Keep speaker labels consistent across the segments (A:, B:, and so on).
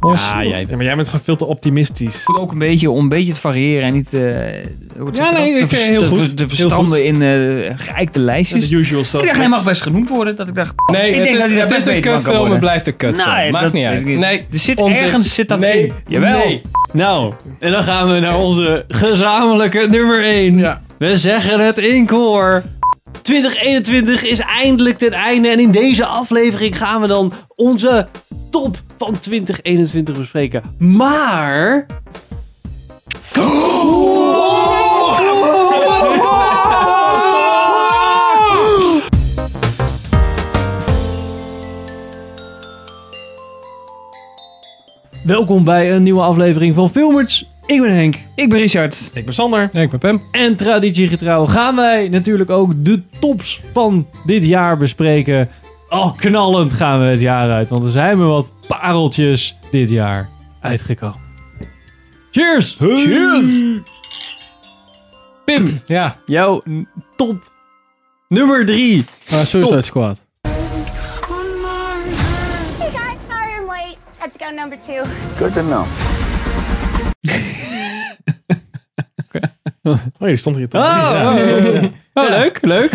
A: Ons-
B: Ah, jij
A: Ja, maar jij bent gewoon veel te optimistisch.
B: moet ook een beetje, om een beetje te variëren en niet eh, hoe zeg je dat?
A: nee,
B: de,
A: ik,
B: vers-
A: eh, heel
B: de,
A: goed.
B: vers-
A: Heel
B: de verstanden
A: goed.
B: in eh geëikte lijstjes.
A: The usual
B: ik dacht, hij mag
A: suspects.
B: best genoemd worden. Dat ik dacht,
C: Nee,
B: ik denk
C: het
B: dat
C: is,
B: hij daar
C: het is
B: best
C: een
B: beter van kan
C: kutfilm.
B: worden.
C: Het blijft een kutfilm.
B: Nou, Nee,
C: Maakt
B: dat
C: niet
B: weet ik
C: uit.
B: niet.
C: Nee,
B: Er zit
C: onzin.
B: ergens zit dat
C: nee,
B: in. Jawel.
C: Nee.
A: Nou,
D: En dan gaan we naar onze gezamenlijke nummer 1.
C: Ja.
D: We zeggen het in koor. 2021 is eindelijk ten einde. En in deze aflevering gaan we dan onze top van 2021 bespreken. Maar. Welkom bij een nieuwe aflevering van Filmers. Ik ben Henk.
B: Ik ben Richard.
A: ik ben Sander.
C: Nee, ik ben Pim.
D: En traditiegetrouw gaan wij natuurlijk ook de tops van dit jaar bespreken. Al knallend gaan we het jaar uit, want er zijn me wat pareltjes dit jaar uitgekomen. Cheers!
C: Cheers!
D: Pim,
C: Ja,
D: jouw n- top nummer drie.
C: uh, Suicide Squad.
E: Hey guys, sorry I'm late. Had to go number two.
A: Oh, die stond hier toch?
B: Ah.
D: Oh, oh, leuk, leuk.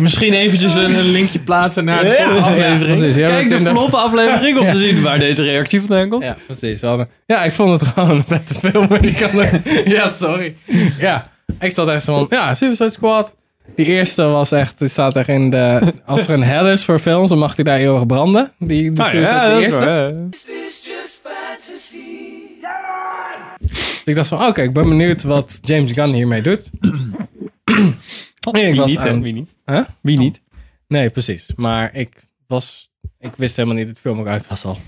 A: Misschien eventjes een, een linkje plaatsen naar de vorige aflevering.
C: precies. Ja,
D: Kijk
C: want
D: de
C: in
D: vlotte aflevering om te zien waar deze reactie vandaan komt.
C: Ja, precies. We hadden- Ja, ik vond het gewoon een vette film. maar ik kan er- ja, sorry. Ja, ik zat echt zo van, ja, Suicide Squad. Die eerste was echt, die staat echt in de... Als er een hel is voor films, dan mag die daar eeuwig branden. Die, die
D: Ah,
C: Suicide, die
D: dat is
C: eerste.
D: waar, ja.
C: Dus ik dacht van, oké, ik ben benieuwd wat James Gunn hiermee doet. nee, ik
D: Wie
C: was
D: niet, hè?
C: aan-
D: Wie niet?
C: Huh?
D: Wie niet?
C: Nee, precies. Maar ik was... Ik wist helemaal niet dat het film ook uit was al.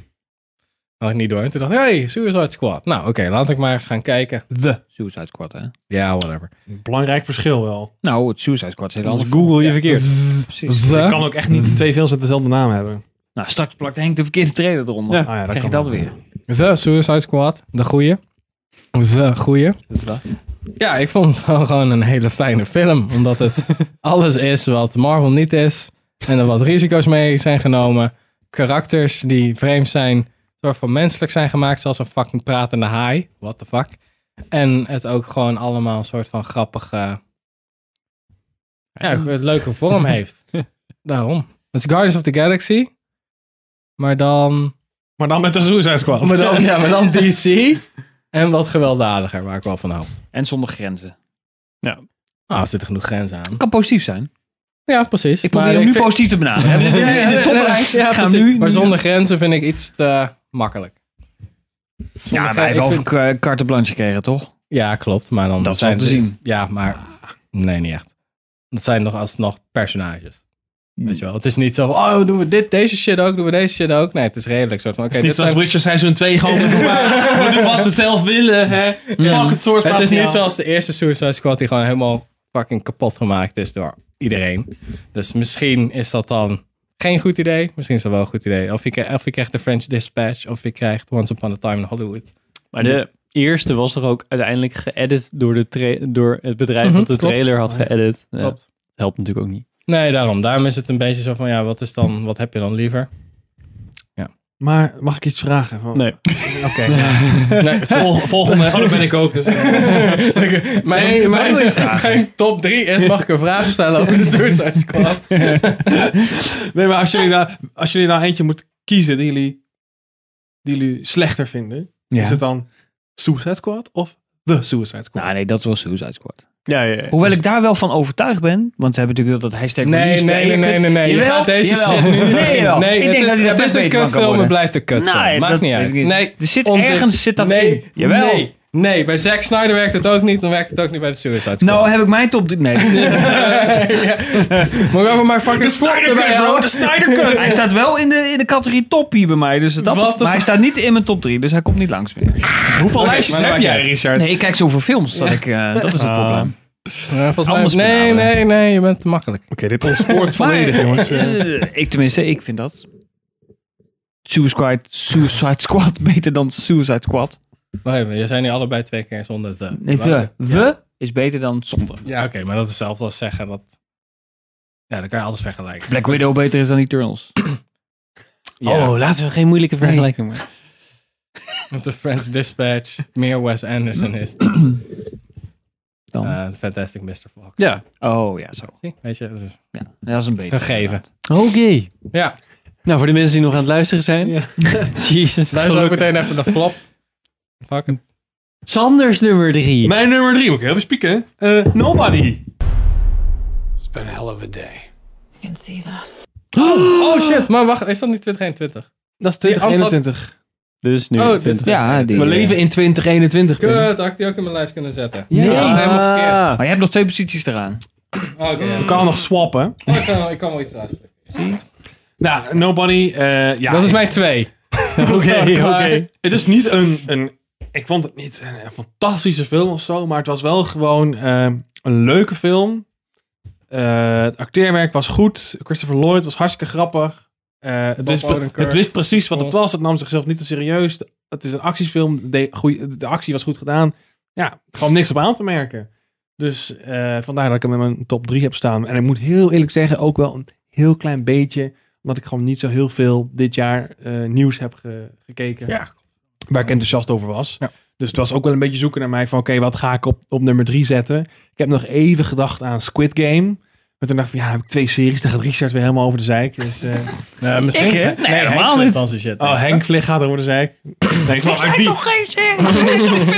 C: Had ik niet door. En toen dacht ik, hey, Suicide Squad. Nou, oké, laat ik maar eens gaan kijken.
B: The Suicide Squad, hè?
C: Ja, whatever.
A: Belangrijk verschil wel.
B: Nou, het Suicide Squad is heel
D: Anders
B: anders.
D: Google je verkeerd.
B: Precies.
C: The-
A: Ik kan ook echt
C: Mm.
A: niet twee films met dezelfde naam hebben.
B: Nou, straks plakt Henk de verkeerde trailer eronder.
D: Ja.
A: Ah, ja, dat
B: Dan krijg je
A: kan
B: dat
A: wel.
B: weer.
C: The Suicide Squad, de goeie. The goeie. Ja, ik vond het wel gewoon een hele fijne film. Omdat het alles is wat Marvel niet is. En er wat risico's mee zijn genomen. Karakters die vreemd zijn. Soort van menselijk zijn gemaakt. Zoals een fucking pratende haai. What the fuck. En het ook gewoon allemaal een soort van grappige... Ja, een leuke vorm heeft. Daarom. Het is Guardians of the Galaxy. Maar dan...
A: Maar dan met de Suicide Squad.
C: Oh, Maar dan, ja, maar dan DC. En wat gewelddadiger, waar ik wel van hou.
B: En zonder grenzen.
C: Ah, er zitten genoeg grenzen aan.
B: Kan positief zijn.
C: Ja, precies.
B: Ik probeer
C: Maar
B: hem nu
C: vind-
B: positief te benaderen. We hebben
C: Ja,
B: dit
C: ja,
B: in de
C: ja,
B: toplijst.
C: ja,
B: dus gaan we
C: precies.
B: nu,
C: Maar
B: nu-
C: zonder grenzen vind ik iets te makkelijk. Zonder
B: Ja,
C: grenzen-
B: wij
C: ik
B: hebben
C: vind-
B: over een eh, carte blanche gekregen, toch?
C: Ja, klopt. Maar dan
B: Dat is
C: zijn
B: wel te
C: het-
B: zien.
C: Ja, maar... Nee, niet echt. Dat zijn nog alsnog personages.
B: Hmm.
C: Weet je wel? Het is niet zo van, oh, doen we dit, deze shit ook, doen we deze shit ook. Nee, het is redelijk soort van, oké,
A: Het is
C: dit
A: niet zoals
C: zijn...
A: Witcher Seizoen 2 gewoon we doen maar- we doen wat we zelf willen. Hè. Fuck het soort
C: Mm. Het is niet
A: materiaal.
C: zoals de eerste Suicide Squad die gewoon helemaal fucking kapot gemaakt is door iedereen. Dus misschien is dat dan geen goed idee. Misschien is dat wel een goed idee. Of je, krijgt- of je krijgt de French Dispatch of je krijgt Once Upon a Time in Hollywood.
D: Maar de eerste was toch ook uiteindelijk geëdit door, de tra- door het bedrijf
C: Mhm,
D: dat de
C: klopt.
D: trailer had geëdit. Ja,
C: Klopt.
D: helpt natuurlijk ook niet.
C: Nee, daarom. Daarom is het een beetje zo van, ja, wat, is dan, wat heb je dan liever?
A: Maar mag ik iets vragen? Van-
D: Nee.
A: Oké. Vol- volgende. Oh, dat ben ik ook. Dus.
C: Mijn, mijn, mijn top 3 is, mag ik een vraag stellen over de Suicide Squad?
A: Nee, maar als jullie, nou, als jullie nou eentje moeten kiezen die jullie, die jullie slechter vinden, is het dan Suicide Squad of The Suicide Squad?
B: Nou nee, dat is wel Suicide Squad.
D: Ja, ja, ja.
B: Hoewel ik daar wel van overtuigd ben, want we hebben natuurlijk wel dat hashtag...
C: Nee,
B: release
C: nee,
B: day.
C: nee, nee, nee, nee. Je
B: Jawel,
C: gaat deze
B: jawel.
C: shit nu niet
B: Nee,
C: beginnen.
B: jawel.
C: Nee,
B: ik denk
C: het
B: dat
C: is,
B: hij daar
C: het is
B: best
C: een
B: beter van kan
C: kutfilm, het
B: worden.
C: blijft een kutfilm.
B: Nee,
C: Maakt
B: dat-
C: niet uit.
B: weet ik niet.
C: Nee,
B: Er zit
C: onzin.
B: ergens zit dat
C: nee,
B: in. Jawel.
C: Nee, nee, bij Zack Snyder werkt het ook niet. Dan werkt het ook niet bij de Suicide Squad.
B: Nou heb ik mijn top... drie- Nee,
C: Moet ik over mijn fucking slot erbij houden?
B: de Snyder Cut. Hij staat wel in de, in de categorie top hier bij mij, dus
C: Wat
B: dat,
C: de
B: maar
C: fuck?
B: hij staat niet in mijn top 3, dus hij komt niet langs meer.
A: Hoeveel
C: Oké,
A: lijstjes
C: maar
A: heb
C: maakt
A: jij,
C: niet
A: Richard?
B: Nee, ik kijk zoveel films, dat, ik, eh, dat is het
D: Ah.
B: probleem.
C: Ja, volgens
B: Anders
C: mij, nee,
B: benaderen.
C: nee, nee, je bent te makkelijk.
A: Oké, dit ontspoort
B: Maar,
A: volledig, jongens.
B: eh, ik tenminste, ik vind dat. Suicide, Suicide Squad beter dan Suicide Squad.
C: Wacht even, je zijn nu allebei twee keer zonder te...
B: Nee, the. The is beter dan zonder.
C: Ja, oké, maar dat is hetzelfde als zeggen dat... Ja, dan kan je alles vergelijken.
B: Black Widow beter is dan Eternals. Ja.
D: Oh, laten we geen moeilijke vergelijking maken.
C: Want de French Dispatch meer Wes Anderson is
B: Dan.
C: eh, The Fantastic Mr. Fox.
A: Ja.
B: oh ja, zo.
C: Zie, Weet je, dat is-
B: Ja, dat is een beetje.
C: Gegeven.
D: Oké.
C: ja.
D: Nou, voor de mensen die nog aan het luisteren zijn.
A: Ja.
D: Jezus.
C: Luister ook
D: gelukkig.
C: meteen even naar flop. Fuck it.
D: Sanders nummer drie.
A: Mijn nummer drie, moet ik even spieken. Eh, nobody.
F: can see that.
C: Oh shit, maar wacht, is dat niet 2021?
A: Dat is
C: Die antwoord-
A: 2021.
D: Dit is nu.
C: Oh, dit-
D: 20.
B: Ja, die,
A: We leven in 2021. Ben.
C: Kut, had ik die ook in mijn lijst kunnen zetten.
A: Ja.
C: Ik zat helemaal verkeerd.
B: Maar je hebt nog twee posities eraan.
C: Oké, ja.
A: We kan nog swappen.
C: Oh, ik, kan, wel- ik kan wel iets uitspreken.
A: Nou, Nobody. eh, ja,
C: dat is mijn twee.
D: Oké, oké.
A: Maar Het is niet een, een. Ik vond het niet een, een fantastische film of zo, maar het was wel gewoon eh, een leuke film. Eh, het acteerwerk was goed. Christopher Lloyd was hartstikke grappig. Eh, het,
C: Bob
A: wist, pre-
C: Odenkirk.
A: het wist precies wat het
C: Cool.
A: was. Het nam zichzelf niet te serieus. De- Het is een actiefilm. Het deed goeie- de actie was goed gedaan. Ja, gewoon niks op aan te merken. Dus eh, vandaar dat ik hem in mijn top 3 heb staan. En ik moet heel eerlijk zeggen, ook wel een heel klein beetje omdat ik gewoon niet zo heel veel dit jaar eh, nieuws heb ge- gekeken. Waar ik enthousiast over was.
B: Ja.
A: Dus het was ook wel een beetje zoeken naar mij van... oké, wat ga ik op, op nummer drie zetten? Ik heb nog even gedacht aan Squid Game. Maar toen dacht ik van, ja, dan heb ik twee series. Dan gaat Richard weer helemaal over de zeik. Dus, eh,
C: Nee, misschien
B: Ik, hè?
C: nee,
B: Nee,
C: Henk
B: helemaal
C: vindt
B: niet.
C: dan zijn shit.
A: oh, Henk Slick gaat over de zeik. Nee, ik snap eigenlijk die.
B: Dat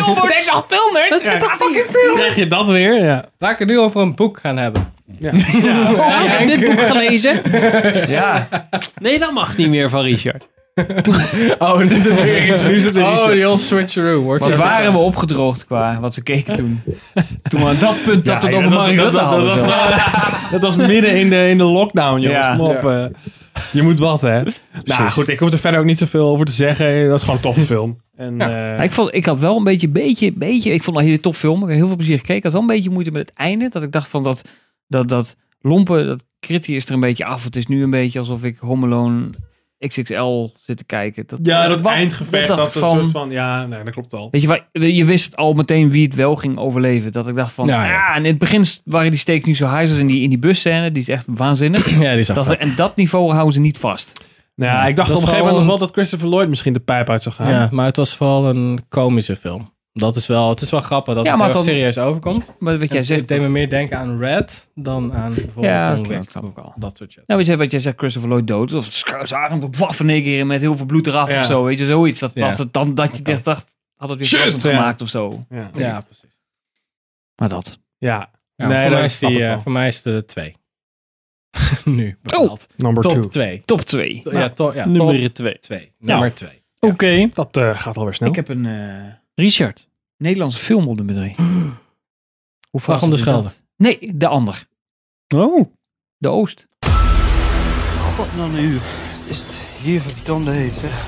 B: is toch fucking veel?
A: Krijg je dat weer? Ja.
C: Laat ik het nu over een boek gaan hebben.
A: Ja. Ja.
D: Oh, ik heb dit boek gelezen.
B: Ja.
D: Nee, dat mag niet meer van Richard.
C: Oh, nu zit weer iets.
A: Nu zit er iets.
C: Oh, die old switcheroo. Wordt
B: Wat
C: je-
B: waren we opgedroogd qua wat we keken toen? Toen we aan dat punt dat we het
A: Ja,
B: over
A: dat was-
B: Mark
A: dat-
B: Rutte
A: dat-
B: hadden.
A: dat
B: zo.
A: was- Dat was midden in de, in de lockdown, jongens.
B: Ja.
A: Kom op, eh. je moet wat, hè? Nou,
B: Precies.
A: goed, ik hoef er verder ook niet zoveel over te zeggen. Dat is gewoon een toffe film. En, eh,
B: Maar ik, vond, ik had wel een beetje, beetje, beetje... Ik vond al hele tof film. Ik heb heel veel plezier gekeken. Ik had wel een beetje moeite met het einde. Dat ik dacht van dat, dat, dat lompen, dat kritie is er een beetje af. Het is nu een beetje alsof ik Home Alone XXL zit te kijken.
A: ja, dat
B: wat-
A: eindgevecht, dat,
B: dacht
A: dat
B: ik
A: een soort van... Ja, nee, dat klopt al.
B: Weet je, waar- je wist al meteen wie het wel ging overleven. Dat ik dacht van,
C: Ja,
B: ja,
C: ja.
B: en in het begin waren die steeks niet zo high als in die, in die busscène. Die is echt waanzinnig.
C: Ja, die zag
B: Dat,
C: dat.
B: en dat niveau houden ze niet vast.
A: Nou, ja, ik dacht
C: Dat
A: op een
C: is
A: gegeven moment
C: gewoon-
A: nog wel dat Christopher Lloyd misschien de pijp uit zou gaan.
C: Ja, maar het was vooral een komische film. Dat is wel, het is wel grappig dat
B: Ja,
C: het
B: maar
C: heel
B: dan-
C: serieus overkomt.
B: Maar wat jij
C: Het
B: zegt,
C: deed me meer denken aan Red dan aan bijvoorbeeld
B: Ja,
C: John
B: dat
C: Wick.
B: snap ik wel.
C: Dat soort shit.
B: nou, weet je, wat jij zegt, Christopher Lloyd dood. Of zagen op waffen een keer met heel veel bloed eraf
A: Ja.
B: of zo. Weet je, zoiets. Dat,
C: Ja.
B: dat, het dan, dat je
C: Oké.
B: dacht, dacht, had het weer
A: Shit,
B: verrassend
A: ja.
B: gemaakt of zo.
A: Ja.
C: Ja, precies.
B: Maar dat.
A: Ja.
C: Ja,
A: Nee,
C: voor,
A: dat
C: mij is
A: snap
C: die,
A: ik
C: eh,
A: wel.
C: voor mij is de 2. nu bepaald.
A: Number
C: top
A: two.
C: 2.
B: Top 2.
C: ja, to, ja, top
D: Nummer twee.
C: 2. Nummer 2.
D: Oké.
A: Dat eh, gaat alweer snel.
B: Ik heb een eh,
D: Richard.
B: Nederlandse film op de bedrijf. Hoe
C: Dag
B: vraag
C: om de
B: Nee, de ander.
D: Oh.
B: De Oost.
G: God, nou nu. Is het hier verdomde heet, zeg.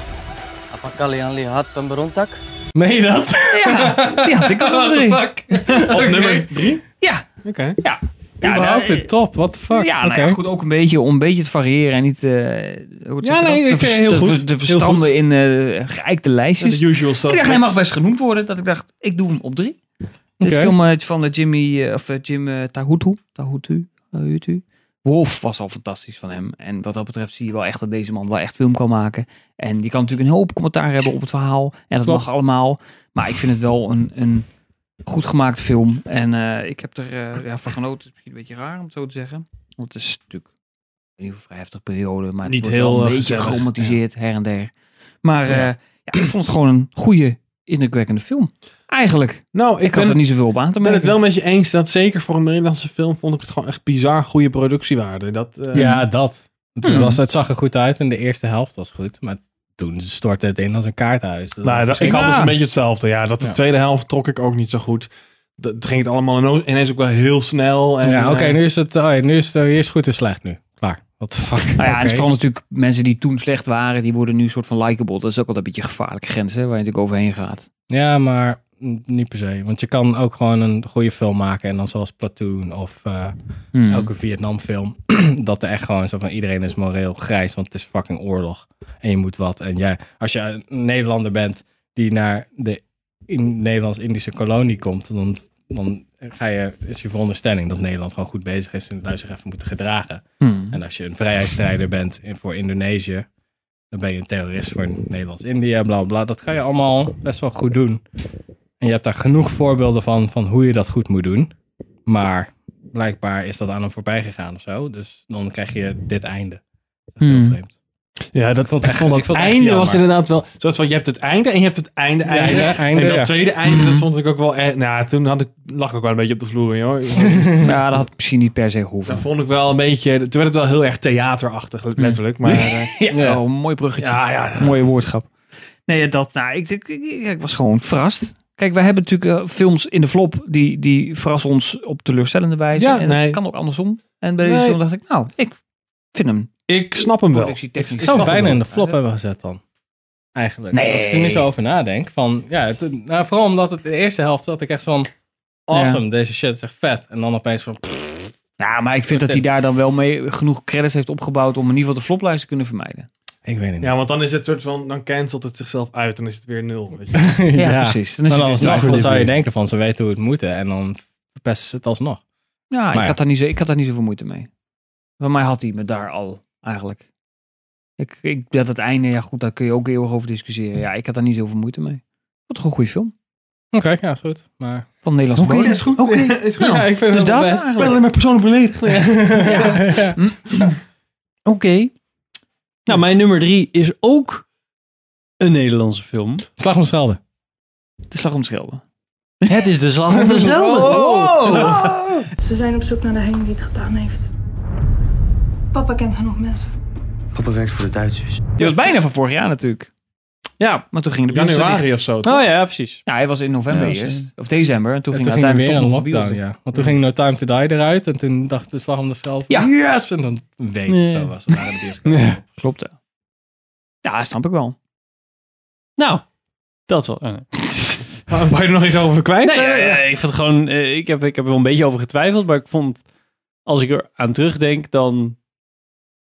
G: Apakali aan had een berontak.
C: Meen je dat?
B: Ja, die had ik ook nog erin.
C: What the fuck?
A: Op nummer drie?
B: Ja.
A: Oké.
B: Ja,
C: Überhaupt
B: nou,
C: weer top. What the fuck?
B: Ja, nou
C: Oké.
B: ja, goed, ook een beetje om een beetje te variëren en niet eh, hoe
A: Ja,
B: zeg je dat?
A: nee, ik
B: de,
A: vind heel
B: de,
A: goed.
B: vers- de verstanden in eh geëikte lijstjes.
A: The usual
B: Ja,
A: suspects.
B: hij mag best genoemd worden. Dat ik dacht, ik doe hem op drie. Dit
C: Oké.
B: film eh, van de Jimmy, eh, of eh, Jim eh, Tahutu. Tahutu. Tahutu. Wolf was al fantastisch van hem. En wat dat betreft zie je wel echt dat deze man wel echt film kan maken. En die kan natuurlijk een hoop commentaar hebben op het verhaal. En dat
C: Klopt.
B: mag allemaal. Maar ik vind het wel een, een goed gemaakte film. En eh, ik heb er eh, ja, van genoten. Het is misschien een beetje raar om het zo te zeggen. Want het is natuurlijk een heel vrij heftige periode. Maar
A: Niet
B: het wordt wel
A: heel, eh,
B: een beetje
A: gezellig.
B: geromantiseerd her en der. Maar eh,
A: Ja.
B: ja. ik vond het gewoon een goede, indrukwekkende film. Eigenlijk. Ik,
A: Nou, ik,
B: had
A: ben,
B: er niet zoveel op aan te
A: ik ben
B: merken.
A: het wel met je eens dat zeker voor een Nederlandse film vond ik het gewoon echt bizar goede productiewaarde. Dat, eh,
C: Ja, dat. Het,
B: Hmm.
C: was, het zag er goed uit en de eerste helft was goed. Maar toen stortte het in als een kaarthuis. Dat
A: Nou,
C: was
A: dat, ik
C: verschrikkelijk.
A: had dus
B: Ja.
A: een beetje hetzelfde. Ja, dat de
C: Ja.
A: tweede helft trok ik ook niet zo goed. Dat het ging het allemaal ino- ineens ook wel heel snel. En,
C: Ja, oké,
A: eh,
C: nu is het, oh ja, nu is het hier is goed en slecht nu. Klaar. What the fuck?
B: Nou ja, en het
C: Oké.
B: is vooral natuurlijk mensen die toen slecht waren, die worden nu een soort van likable. Dat is ook altijd een beetje een gevaarlijke grens, hè, waar je natuurlijk overheen gaat.
C: Ja, maar mm, niet per se. Want je kan ook gewoon een goede film maken. En dan zoals Platoon of eh,
B: Hmm.
C: elke Vietnamfilm. dat er echt gewoon zo van iedereen is moreel grijs. Want het is fucking oorlog. En je moet wat. En jij, als je een Nederlander bent die naar de in- Nederlands-Indische kolonie komt. Dan, dan ga je, is je veronderstelling dat Nederland gewoon goed bezig
A: Hm.
C: is. En dat wij zich even moeten gedragen.
B: Hmm.
C: En als je een vrijheidsstrijder bent in- voor Indonesië, Dan ben je een terrorist voor Nederlands-Indië, bla bla. Dat kan je allemaal best wel goed doen. En je hebt daar genoeg voorbeelden van, van hoe je dat goed moet doen. Maar blijkbaar is dat aan hem voorbij gegaan of zo. Dus dan krijg je dit einde. Dat is heel
B: Hmm.
C: vreemd.
A: Hm. Ja, dat,
C: Ik vond, echt- ik vond
A: het
C: echt
A: einde was
C: jammer.
A: inderdaad wel... Zoals van, je hebt het einde en je hebt het einde, einde.
C: Einde, einde,
A: en dat
C: ja.
A: tweede einde,
B: Mhm.
A: dat vond ik ook wel... eh, nou, toen had ik, lag ik ook wel een beetje op de vloer, joh.
B: Ja, dat had misschien niet per se gehoeven.
A: dat vond ik wel een beetje... Toen werd het wel heel erg theaterachtig, letterlijk. Maar eh,
B: Oh, een mooi bruggetje.
A: ja, ja.
B: Mooie woordschap. Nee, dat, nou, ik, ik, ik, ik was gewoon verrast. Kijk, wij hebben natuurlijk eh, films in de flop die, die verrassen ons op teleurstellende wijze.
A: Ja,
B: en
A: nee.
B: dat kan ook andersom. En bij deze
A: Nee.
B: film dacht ik, nou, ik vind hem
A: Ik snap hem wel.
B: productietechnisch.
C: Ik zou het
B: wel
C: bijna
B: goed.
C: in de flop hebben gezet dan. Eigenlijk.
B: Nee.
C: Als ik er nu zo over nadenk. Van, ja, het, nou, vooral omdat het in de eerste helft zat ik echt van... Awesome, deze shit is echt vet. En dan opeens van... pff,
B: Nou, maar ik vind dat hij daar dan wel mee genoeg credits heeft opgebouwd om in ieder geval de floplijst te kunnen vermijden.
C: Ik weet het niet.
A: Ja, want dan is het soort van... Dan cancelt het zichzelf uit en dan is het weer nul. Weet je.
B: Ja,
C: Ja.
B: precies. Dan is
C: Dan,
B: het dus
C: alsnog,
B: weer-
C: dan zou je denken van, ze weten hoe het moet. hè, En dan verpesten ze het alsnog.
B: Ja, ik,
C: Maar ja.
B: Had daar niet zo, ik had daar niet zoveel moeite mee. Bij mij had hij me daar al, eigenlijk. Ik, ik, dat het einde, ja goed, daar kun je ook eeuwig over discussiëren. Ja, ik had daar niet zoveel moeite mee. Wat een goede film.
C: Oké, ja, is goed. Maar...
B: Van Nederlands
A: Oké,
B: bodem.
A: is goed. is goed.
C: ja, ik vind
B: Dus
C: het wel
B: dat
C: best.
A: Ik ben
B: eigenlijk.
A: alleen maar persoonlijk beledigd.
C: Ja.
B: Oké.
D: Nou, mijn nummer drie is ook een Nederlandse film.
C: Slag om Schelde.
B: De slag om Schelde.
D: Het is de slag om de Schelde.
F: Ze zijn op zoek naar degene die het gedaan heeft. Papa kent genoeg mensen.
G: Papa werkt voor de Duitsers.
B: Die was bijna van vorig jaar natuurlijk.
D: Ja.
B: Maar toen ging de bios
A: Januari
B: dicht.
A: of zo. toch?
D: Oh ja, precies.
B: Ja, hij was in november
D: Ja, was
B: eerst. Of december. En toen
C: En
B: ging
C: toen
B: hij
C: ging er
B: uiteindelijk
C: weer
B: toch
C: een
B: nog de bios
C: lockdown,
B: dicht.
C: ja. Want toen ging No Time to Die eruit. En toen dacht de slag om de Schelde van, yes! En dan een week of
D: Ja.
C: zo was het naar de bioscoop.
D: Ja.
B: Klopt. ja. Ja, snap ik wel.
D: Nou, dat wel. eh, nee.
A: Wou je er nog eens over kwijt?
D: Nee, ja, ja, ik vond gewoon, eh, ik, heb, ik heb er wel een beetje over getwijfeld, maar ik vond, als ik er aan terugdenk, dan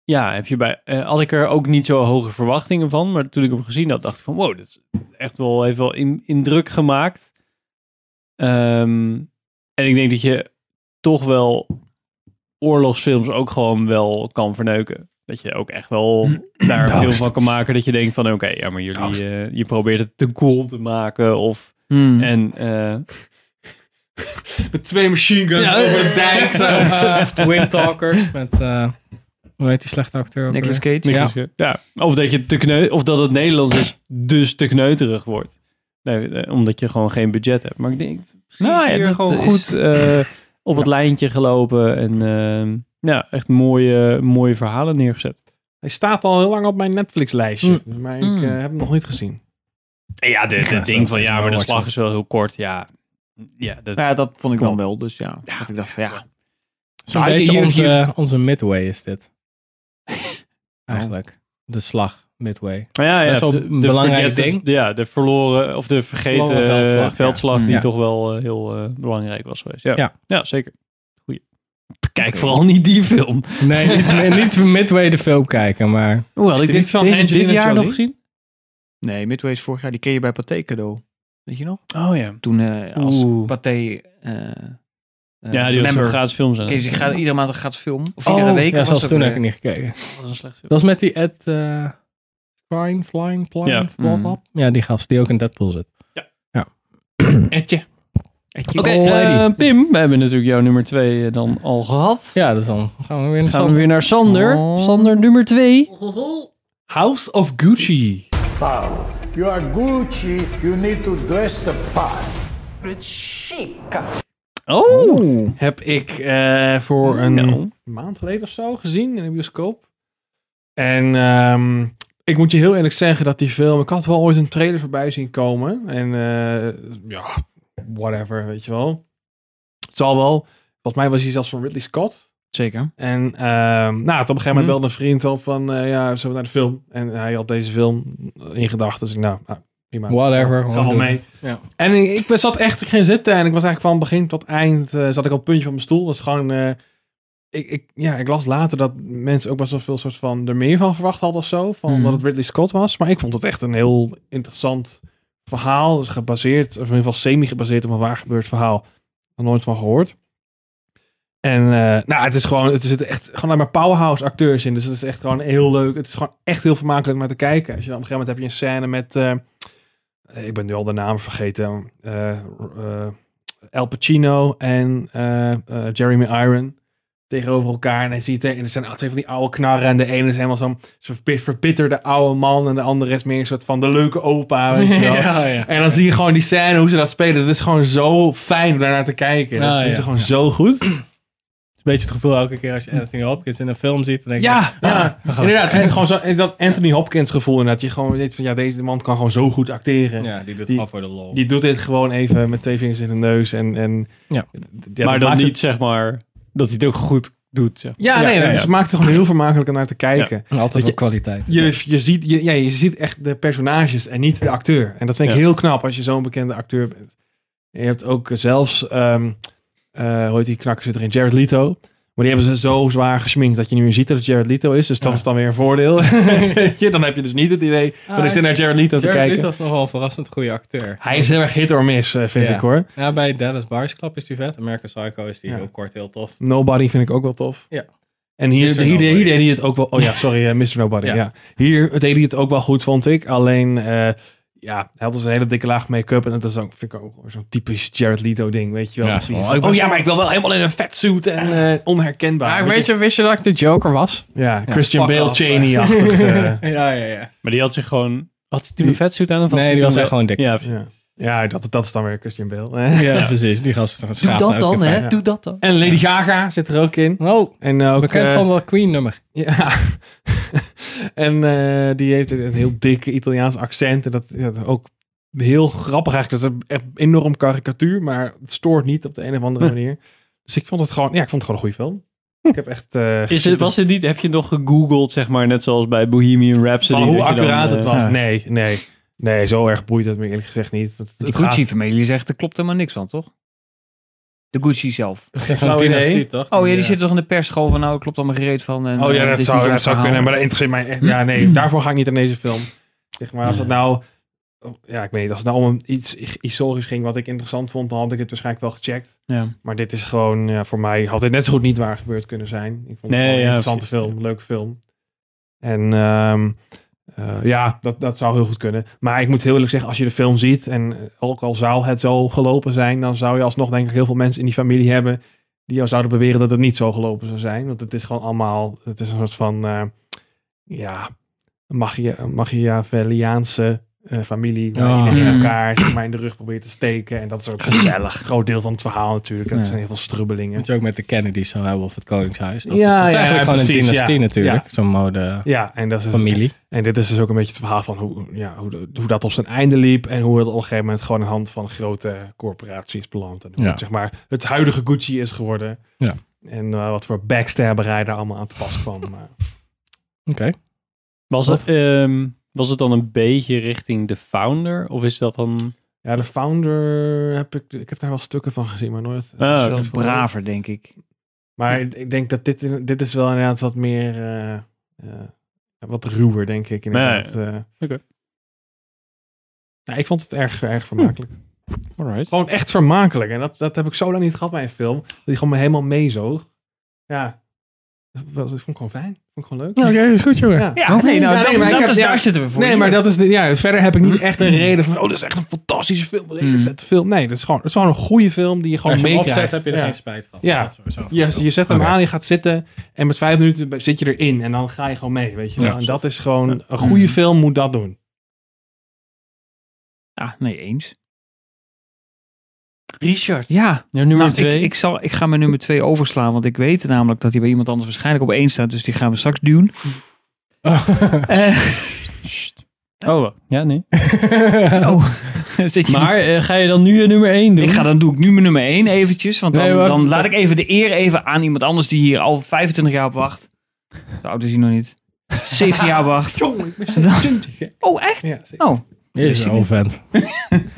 D: ja, heb je bij, eh, had ik er ook niet zo hoge verwachtingen van. Maar toen ik hem gezien had, dacht ik van, wow, dat is echt wel, heeft wel in, indruk gemaakt. Ehm, en ik denk dat je toch wel oorlogsfilms ook gewoon wel kan verneuken. Dat je ook echt wel daar
A: Nou,
D: veel
A: is
D: van kan maken. Dat je denkt van, oké, ja, maar jullie, eh, je probeert het te cool te maken. Of,
B: Hmm.
D: en, eh,
A: Met twee machine guns
D: Ja.
A: over de dijk. Zo.
C: Eh, of Twin Talkers met, eh, hoe heet die slechte acteur? ook
B: Nicolas
C: weer?
B: Cage.
C: Ja.
D: Nicolas Cage. Ja. Of dat je te kneu of dat het Nederlands is, dus te kneuterig wordt. Nee, eh, omdat je gewoon geen budget hebt. Maar ik denk, nou, ja,
B: dat
D: gewoon
B: is-
D: goed eh, op het lijntje gelopen en ehm, ja, echt mooie, mooie verhalen neergezet.
A: Hij staat al heel lang op mijn Netflix-lijstje. Maar ik
B: Mm.
A: eh, heb hem nog niet gezien.
D: Ja,
C: dit Ja, ding zo van, is het ja, maar wel de wat slag je-
D: is wel heel kort. Ja, ja, dat,
B: Ja, dat vond ik
D: Klopt.
B: dan wel. Dus ja, Dat ik dacht van ja.
C: Zo'n
B: Nou,
C: beetje
B: je- je-
C: onze, onze midway is dit. Eigenlijk. Oh. De slag midway.
D: ja, ja,
C: best wel
D: de-
C: een
D: de
C: belangrijk
D: vergeten- Ja, de verloren of de vergeten
C: Verloren
D: eh,
C: veldslag,
D: veldslag,
C: ja.
D: die
C: Ja.
D: toch wel eh, heel eh, belangrijk was geweest. Ja,
C: Ja.
D: ja. zeker. Goeie. Kijk vooral niet die film.
C: Nee, niet, mi- niet midway de film kijken, maar...
D: Hoe had
A: Is
D: ik dit,
A: dit niet van
D: deze, dit
A: Angelina
D: jaar
A: Jolie?
D: nog gezien?
B: Nee, Midway is vorig jaar. Die kreeg je bij Pathé cadeau. Weet je nog?
D: Oh ja.
B: Toen eh, als
D: Oeh.
B: Pathé eh, eh,
D: Ja, die was een
B: member
D: gratis film zijn.
B: kreeg je gra- iedere maand een gratis film. Of iedere
C: Oh.
B: week.
C: ja,
B: was eh,
C: zelfs
B: ook
C: toen
B: weer-
C: heb ik niet gekeken.
D: Dat was een slecht film.
C: Dat is met die Ed... eh Flying, flying, flying,
D: Ja.
C: flop up. Mhm. Ja, die gast die ook in Deadpool zit.
A: Etje.
B: Echt, joh.
D: Oké,
C: Oh,
D: eh,
C: Eddie.
D: Pim, we hebben natuurlijk jouw nummer 2 dan al gehad.
C: Ja, dus dan gaan we weer naar
D: Dan gaan we weer naar Sander.
B: Oh.
D: Sander nummer Oh. 2.
A: House of Gucci.
H: Paolo, you are Gucci, you need to dress the part.
D: Oh,
A: Heb ik eh, voor een
D: Nou.
A: maand geleden of zo gezien in de bioscoop. En ehm, ik moet je heel eerlijk zeggen dat die film... Ik had wel ooit een trailer voorbij zien komen. En eh, ja, whatever, weet je wel. Het zal wel. Volgens mij was hij zelfs van Ridley Scott.
B: Zeker.
A: En ehm, nou, op een gegeven moment
D: Mhm.
A: belde een vriend op van, eh, ja, zullen we naar de film? En hij had deze film in gedachten. Dus ik, nou, nou, prima.
C: Whatever.
A: Ga wel mee.
C: Ja.
A: En ik, ik zat echt, ik ging zitten en ik was eigenlijk van begin tot eind, eh, zat ik op het puntje van mijn stoel. was gewoon, eh, ik, ik, ja, ik las later dat mensen ook best wel veel soort van er meer van verwacht hadden of zo. Van
B: Mhm.
A: dat het Ridley Scott was. Maar ik vond het echt een heel interessant verhaal. Dus gebaseerd, of in ieder geval semi-gebaseerd op een waar gebeurd verhaal. Nog nooit van gehoord. En eh, nou, het is gewoon, het is het echt gewoon alleen maar powerhouse acteurs in. Dus het is echt gewoon heel leuk. Het is gewoon echt heel vermakelijk om naar te kijken. Als je dan op een gegeven moment heb je een scène met, eh, ik ben nu al de naam vergeten, eh eh, Al Pacino en eh, eh, Jeremy Iron tegenover elkaar. En hij ziet er, en er zijn twee van die oude knarren. En de ene is helemaal zo'n zo'n verpi- verbitterde oude man. En de andere is meer een soort van de leuke opa. Weet je wel.
C: ja.
A: En dan zie je gewoon die scène, hoe ze dat spelen. Het is gewoon zo fijn om daarnaar te kijken.
C: Ah,
A: Het is
C: ja.
A: gewoon zo goed.
C: Het is een beetje het gevoel elke keer als je Anthony Hopkins in een film ziet. Dan denk je,
A: Ja, ja. inderdaad. En gewoon zo, en dat Anthony Hopkins gevoel inderdaad. Je gewoon weet van, ja, deze man kan gewoon zo goed acteren.
C: ja, die doet
A: Die-
C: het af voor de lol.
A: Die doet dit gewoon even met twee vingers in de neus. En, en,
C: Ja.
D: maar
A: dat
D: dan
A: maakt
D: niet,
A: het-
D: zeg maar, dat hij het ook goed doet. Zeg.
A: ja,
C: Ja,
A: nee,
C: ja,
A: het
C: ja.
A: maakt het gewoon heel vermakelijk om naar te kijken.
C: Altijd veel kwaliteit.
A: Je, je, ziet, je, ja, je ziet echt de personages en niet de acteur. En dat vind ik
D: Ja.
A: heel knap als je zo'n bekende acteur bent. En Je hebt ook zelfs, ehm eh, hoe heet die knakker zit erin? Jared Leto. Maar die hebben ze zo zwaar gesminkt dat je nu ziet dat het Jared Leto is. Dus dat
C: Ja.
A: is dan weer een voordeel. Weet je, dan heb je dus niet het idee
C: Ah,
A: dat ik zit
C: hij
A: naar
C: is-
A: Jared Leto te
C: Jared
A: kijken.
C: Leto is nogal een verrassend goede acteur.
A: Hij is heel erg hit or miss, eh, vind
C: Ja.
A: ik hoor.
C: Ja, bij Dallas Buyers Club is die vet. American Psycho is die
A: Ja.
C: heel kort heel tof.
A: Nobody vind ik ook wel tof.
C: Ja.
A: En hier,
C: Mr.
A: hier,
C: Nobody.
A: hier deed hij het ook wel... Oh ja, sorry, eh, Mr. Nobody. Ja.
C: Ja.
A: Hier deed hij het ook wel goed, vond ik. Alleen, eh, ja, hij had dus een hele dikke laag make-up. En dat is ook, vind ik ook zo'n typisch Jared Leto ding, weet je wel.
C: Ja,
A: Die-
C: wel- ik
A: oh
C: was-
A: ja, maar ik wil wel helemaal in een vetsuit en eh, onherkenbaar.
C: Maar weet je, wist je dat ik de Joker was?
A: Ja,
C: Ja,
A: Christian
C: fuck
A: Bale
C: off.
A: Cheney-achtig. eh,
C: Ja, ja, ja.
D: Maar die had zich gewoon... Had hij toen
C: Die-
D: een vetsuit aan? Of
C: Nee,
D: hij
C: die
D: toen
C: was
D: wel-
C: echt gewoon dik.
D: Ja, precies.
A: ja, ja dat, dat is dan weer Christian Bale.
C: Ja, precies. Die gast
B: Doe
C: schaaft
B: dat
C: elke
B: dan,
C: keer.
B: hè?
A: ja.
B: Doe dat dan.
A: En Lady Gaga zit er ook in.
C: Oh,
A: En ook,
C: bekend
A: eh,
C: van dat Queen-nummer.
A: Ja. en eh, die heeft een heel dik Italiaans accent. En dat is ook heel grappig eigenlijk. Dat is een e- enorm karikatuur, maar het stoort niet op de een of andere
D: Hm.
A: manier. Dus ik vond het gewoon, ja, ik vond het gewoon een goede film. Ik heb echt... eh,
D: Is het, was het niet, heb je nog gegoogeld, zeg maar, net zoals bij Bohemian Rhapsody?
A: van hoe
D: dat je dan,
A: accuraat
D: eh,
A: het was.
D: ja.
A: Nee, nee. Nee, zo erg boeit het me eerlijk gezegd niet. Het,
B: Die
A: het gaat-
B: Gucci-familie zegt, er klopt helemaal niks van, toch? De Gucci zelf.
C: Dat
A: geen flauw idee.
C: toch?
B: Oh ja, die zit toch in de perschool van nou, klopt allemaal gereed van. En,
A: Oh
B: eh,
A: ja,
B: dit
A: dat
B: is
A: zou,
B: niet
A: dat
B: ons
A: zou
B: verhaal.
A: kunnen. Maar dat interesseert mij echt... Ja, nee, daarvoor ga ik niet aan deze film. Zeg maar, als dat nou... Ja, ik weet niet. Als het nou om een iets historisch ging wat ik interessant vond, dan had ik het waarschijnlijk wel gecheckt.
B: Ja.
A: Maar dit is gewoon, ja, voor mij had dit net zo goed niet waar gebeurd kunnen zijn. Ik vond het
D: Nee,
A: gewoon een
D: ja,
A: interessante
D: precies,
A: film, leuke film. En ehm, eh, ja, dat, dat zou heel goed kunnen. Maar ik moet heel eerlijk zeggen, als je de film ziet en eh, ook al zou het zo gelopen zijn, dan zou je alsnog denk ik heel veel mensen in die familie hebben die jou zouden beweren dat het niet zo gelopen zou zijn. Want het is gewoon allemaal, het is een soort van, eh ja, magia- Machiavelliaanse eh, familie. Waar
C: Oh.
A: iedereen
B: Mm.
A: elkaar zeg maar, in de rug probeert te steken. En dat is ook gezellig. Een groot deel van het verhaal natuurlijk. Dat
B: Ja.
A: zijn heel veel strubbelingen.
C: Moet je ook met de Kennedy's zo hebben of het Koningshuis. Dat,
A: Ja,
C: dat
A: ja,
C: is
A: ja,
C: eigenlijk gewoon
A: precies,
C: een dynastie
A: ja.
C: natuurlijk. Zo'n mode
A: Ja, en, dat is
C: familie.
A: en dit is dus ook een beetje het verhaal van hoe, ja, hoe, hoe dat op zijn einde liep. En hoe het op een gegeven moment gewoon in de hand van grote corporaties belandt. En hoe
C: Ja.
A: het, zeg maar, het huidige Gucci is geworden.
C: Ja.
A: En eh, wat voor backstabberij daar allemaal aan te pas kwam. eh. Maar
C: Oké.
D: Was het, ehm, was het dan een beetje richting de founder? Of is dat dan...
A: ja, de founder heb ik, ik heb daar wel stukken van gezien, maar nooit. eh,
D: Ah,
B: Dat
D: oké.
B: is wel braver, denk ik.
A: Maar ik ik denk dat dit, dit is wel inderdaad wat meer, eh, eh, wat ruwer, denk ik inderdaad. eh.
D: Oké.
A: Nou, ik vond het erg, erg vermakelijk.
D: Alright.
A: Gewoon echt vermakelijk. En dat, dat heb ik zo lang niet gehad bij een film. Dat hij gewoon me helemaal meezoog. Ja, dat, was- dat vond ik gewoon fijn. Vond ik gewoon leuk.
C: Oké, is goed jongen.
A: Ja,
B: Oké, nou,
A: nee,
B: dat-
A: maar ik
B: dat
A: heb-
B: is,
A: ja,
B: daar zitten we voor.
A: Nee,
B: Hier.
A: maar dat is de, ja, verder heb ik niet echt een reden van, oh, dat is echt een fantastische film, een hele
B: Mm.
A: vette film. Nee, dat is gewoon, dat is gewoon een goede film die je gewoon
C: Als je hem
A: meekrijgt.
C: opzet heb je er
A: Ja.
C: geen spijt van.
A: Ja.
C: Dat is sowieso
A: Je,
C: goed.
A: je zet hem
C: Oké.
A: aan, je gaat zitten en met vijf minuten be- zit je erin en dan ga je gewoon mee, weet je wel.
C: Ja.
A: en dat is gewoon, een goede
B: Mm.
A: film moet dat doen.
B: Ah, nee, eens.
D: Richard.
B: Ja.
D: Ja, nummer
B: Nou,
D: twee.
B: ik, ik, zal, ik ga mijn nummer twee overslaan, want ik weet namelijk dat hij bij iemand anders waarschijnlijk op één staat. Dus die gaan we straks duwen. Eh,
D: Oh, ja, nee.
B: oh. Zit je
D: Maar eh, ga je dan nu je nummer één doen?
B: Ik ga, dan doe ik nu mijn nummer 1 eventjes. Want dan,
C: Nee, wacht.
B: dan laat ik even de eer even aan iemand anders die hier al 25 jaar op wacht. Zo oud is hij nog niet. 17 jaar op wacht.
A: Jong, ik ben 26. hè.
B: Oh, echt?
A: Ja, zeker.
B: Oh,
C: Hier is een oude vent.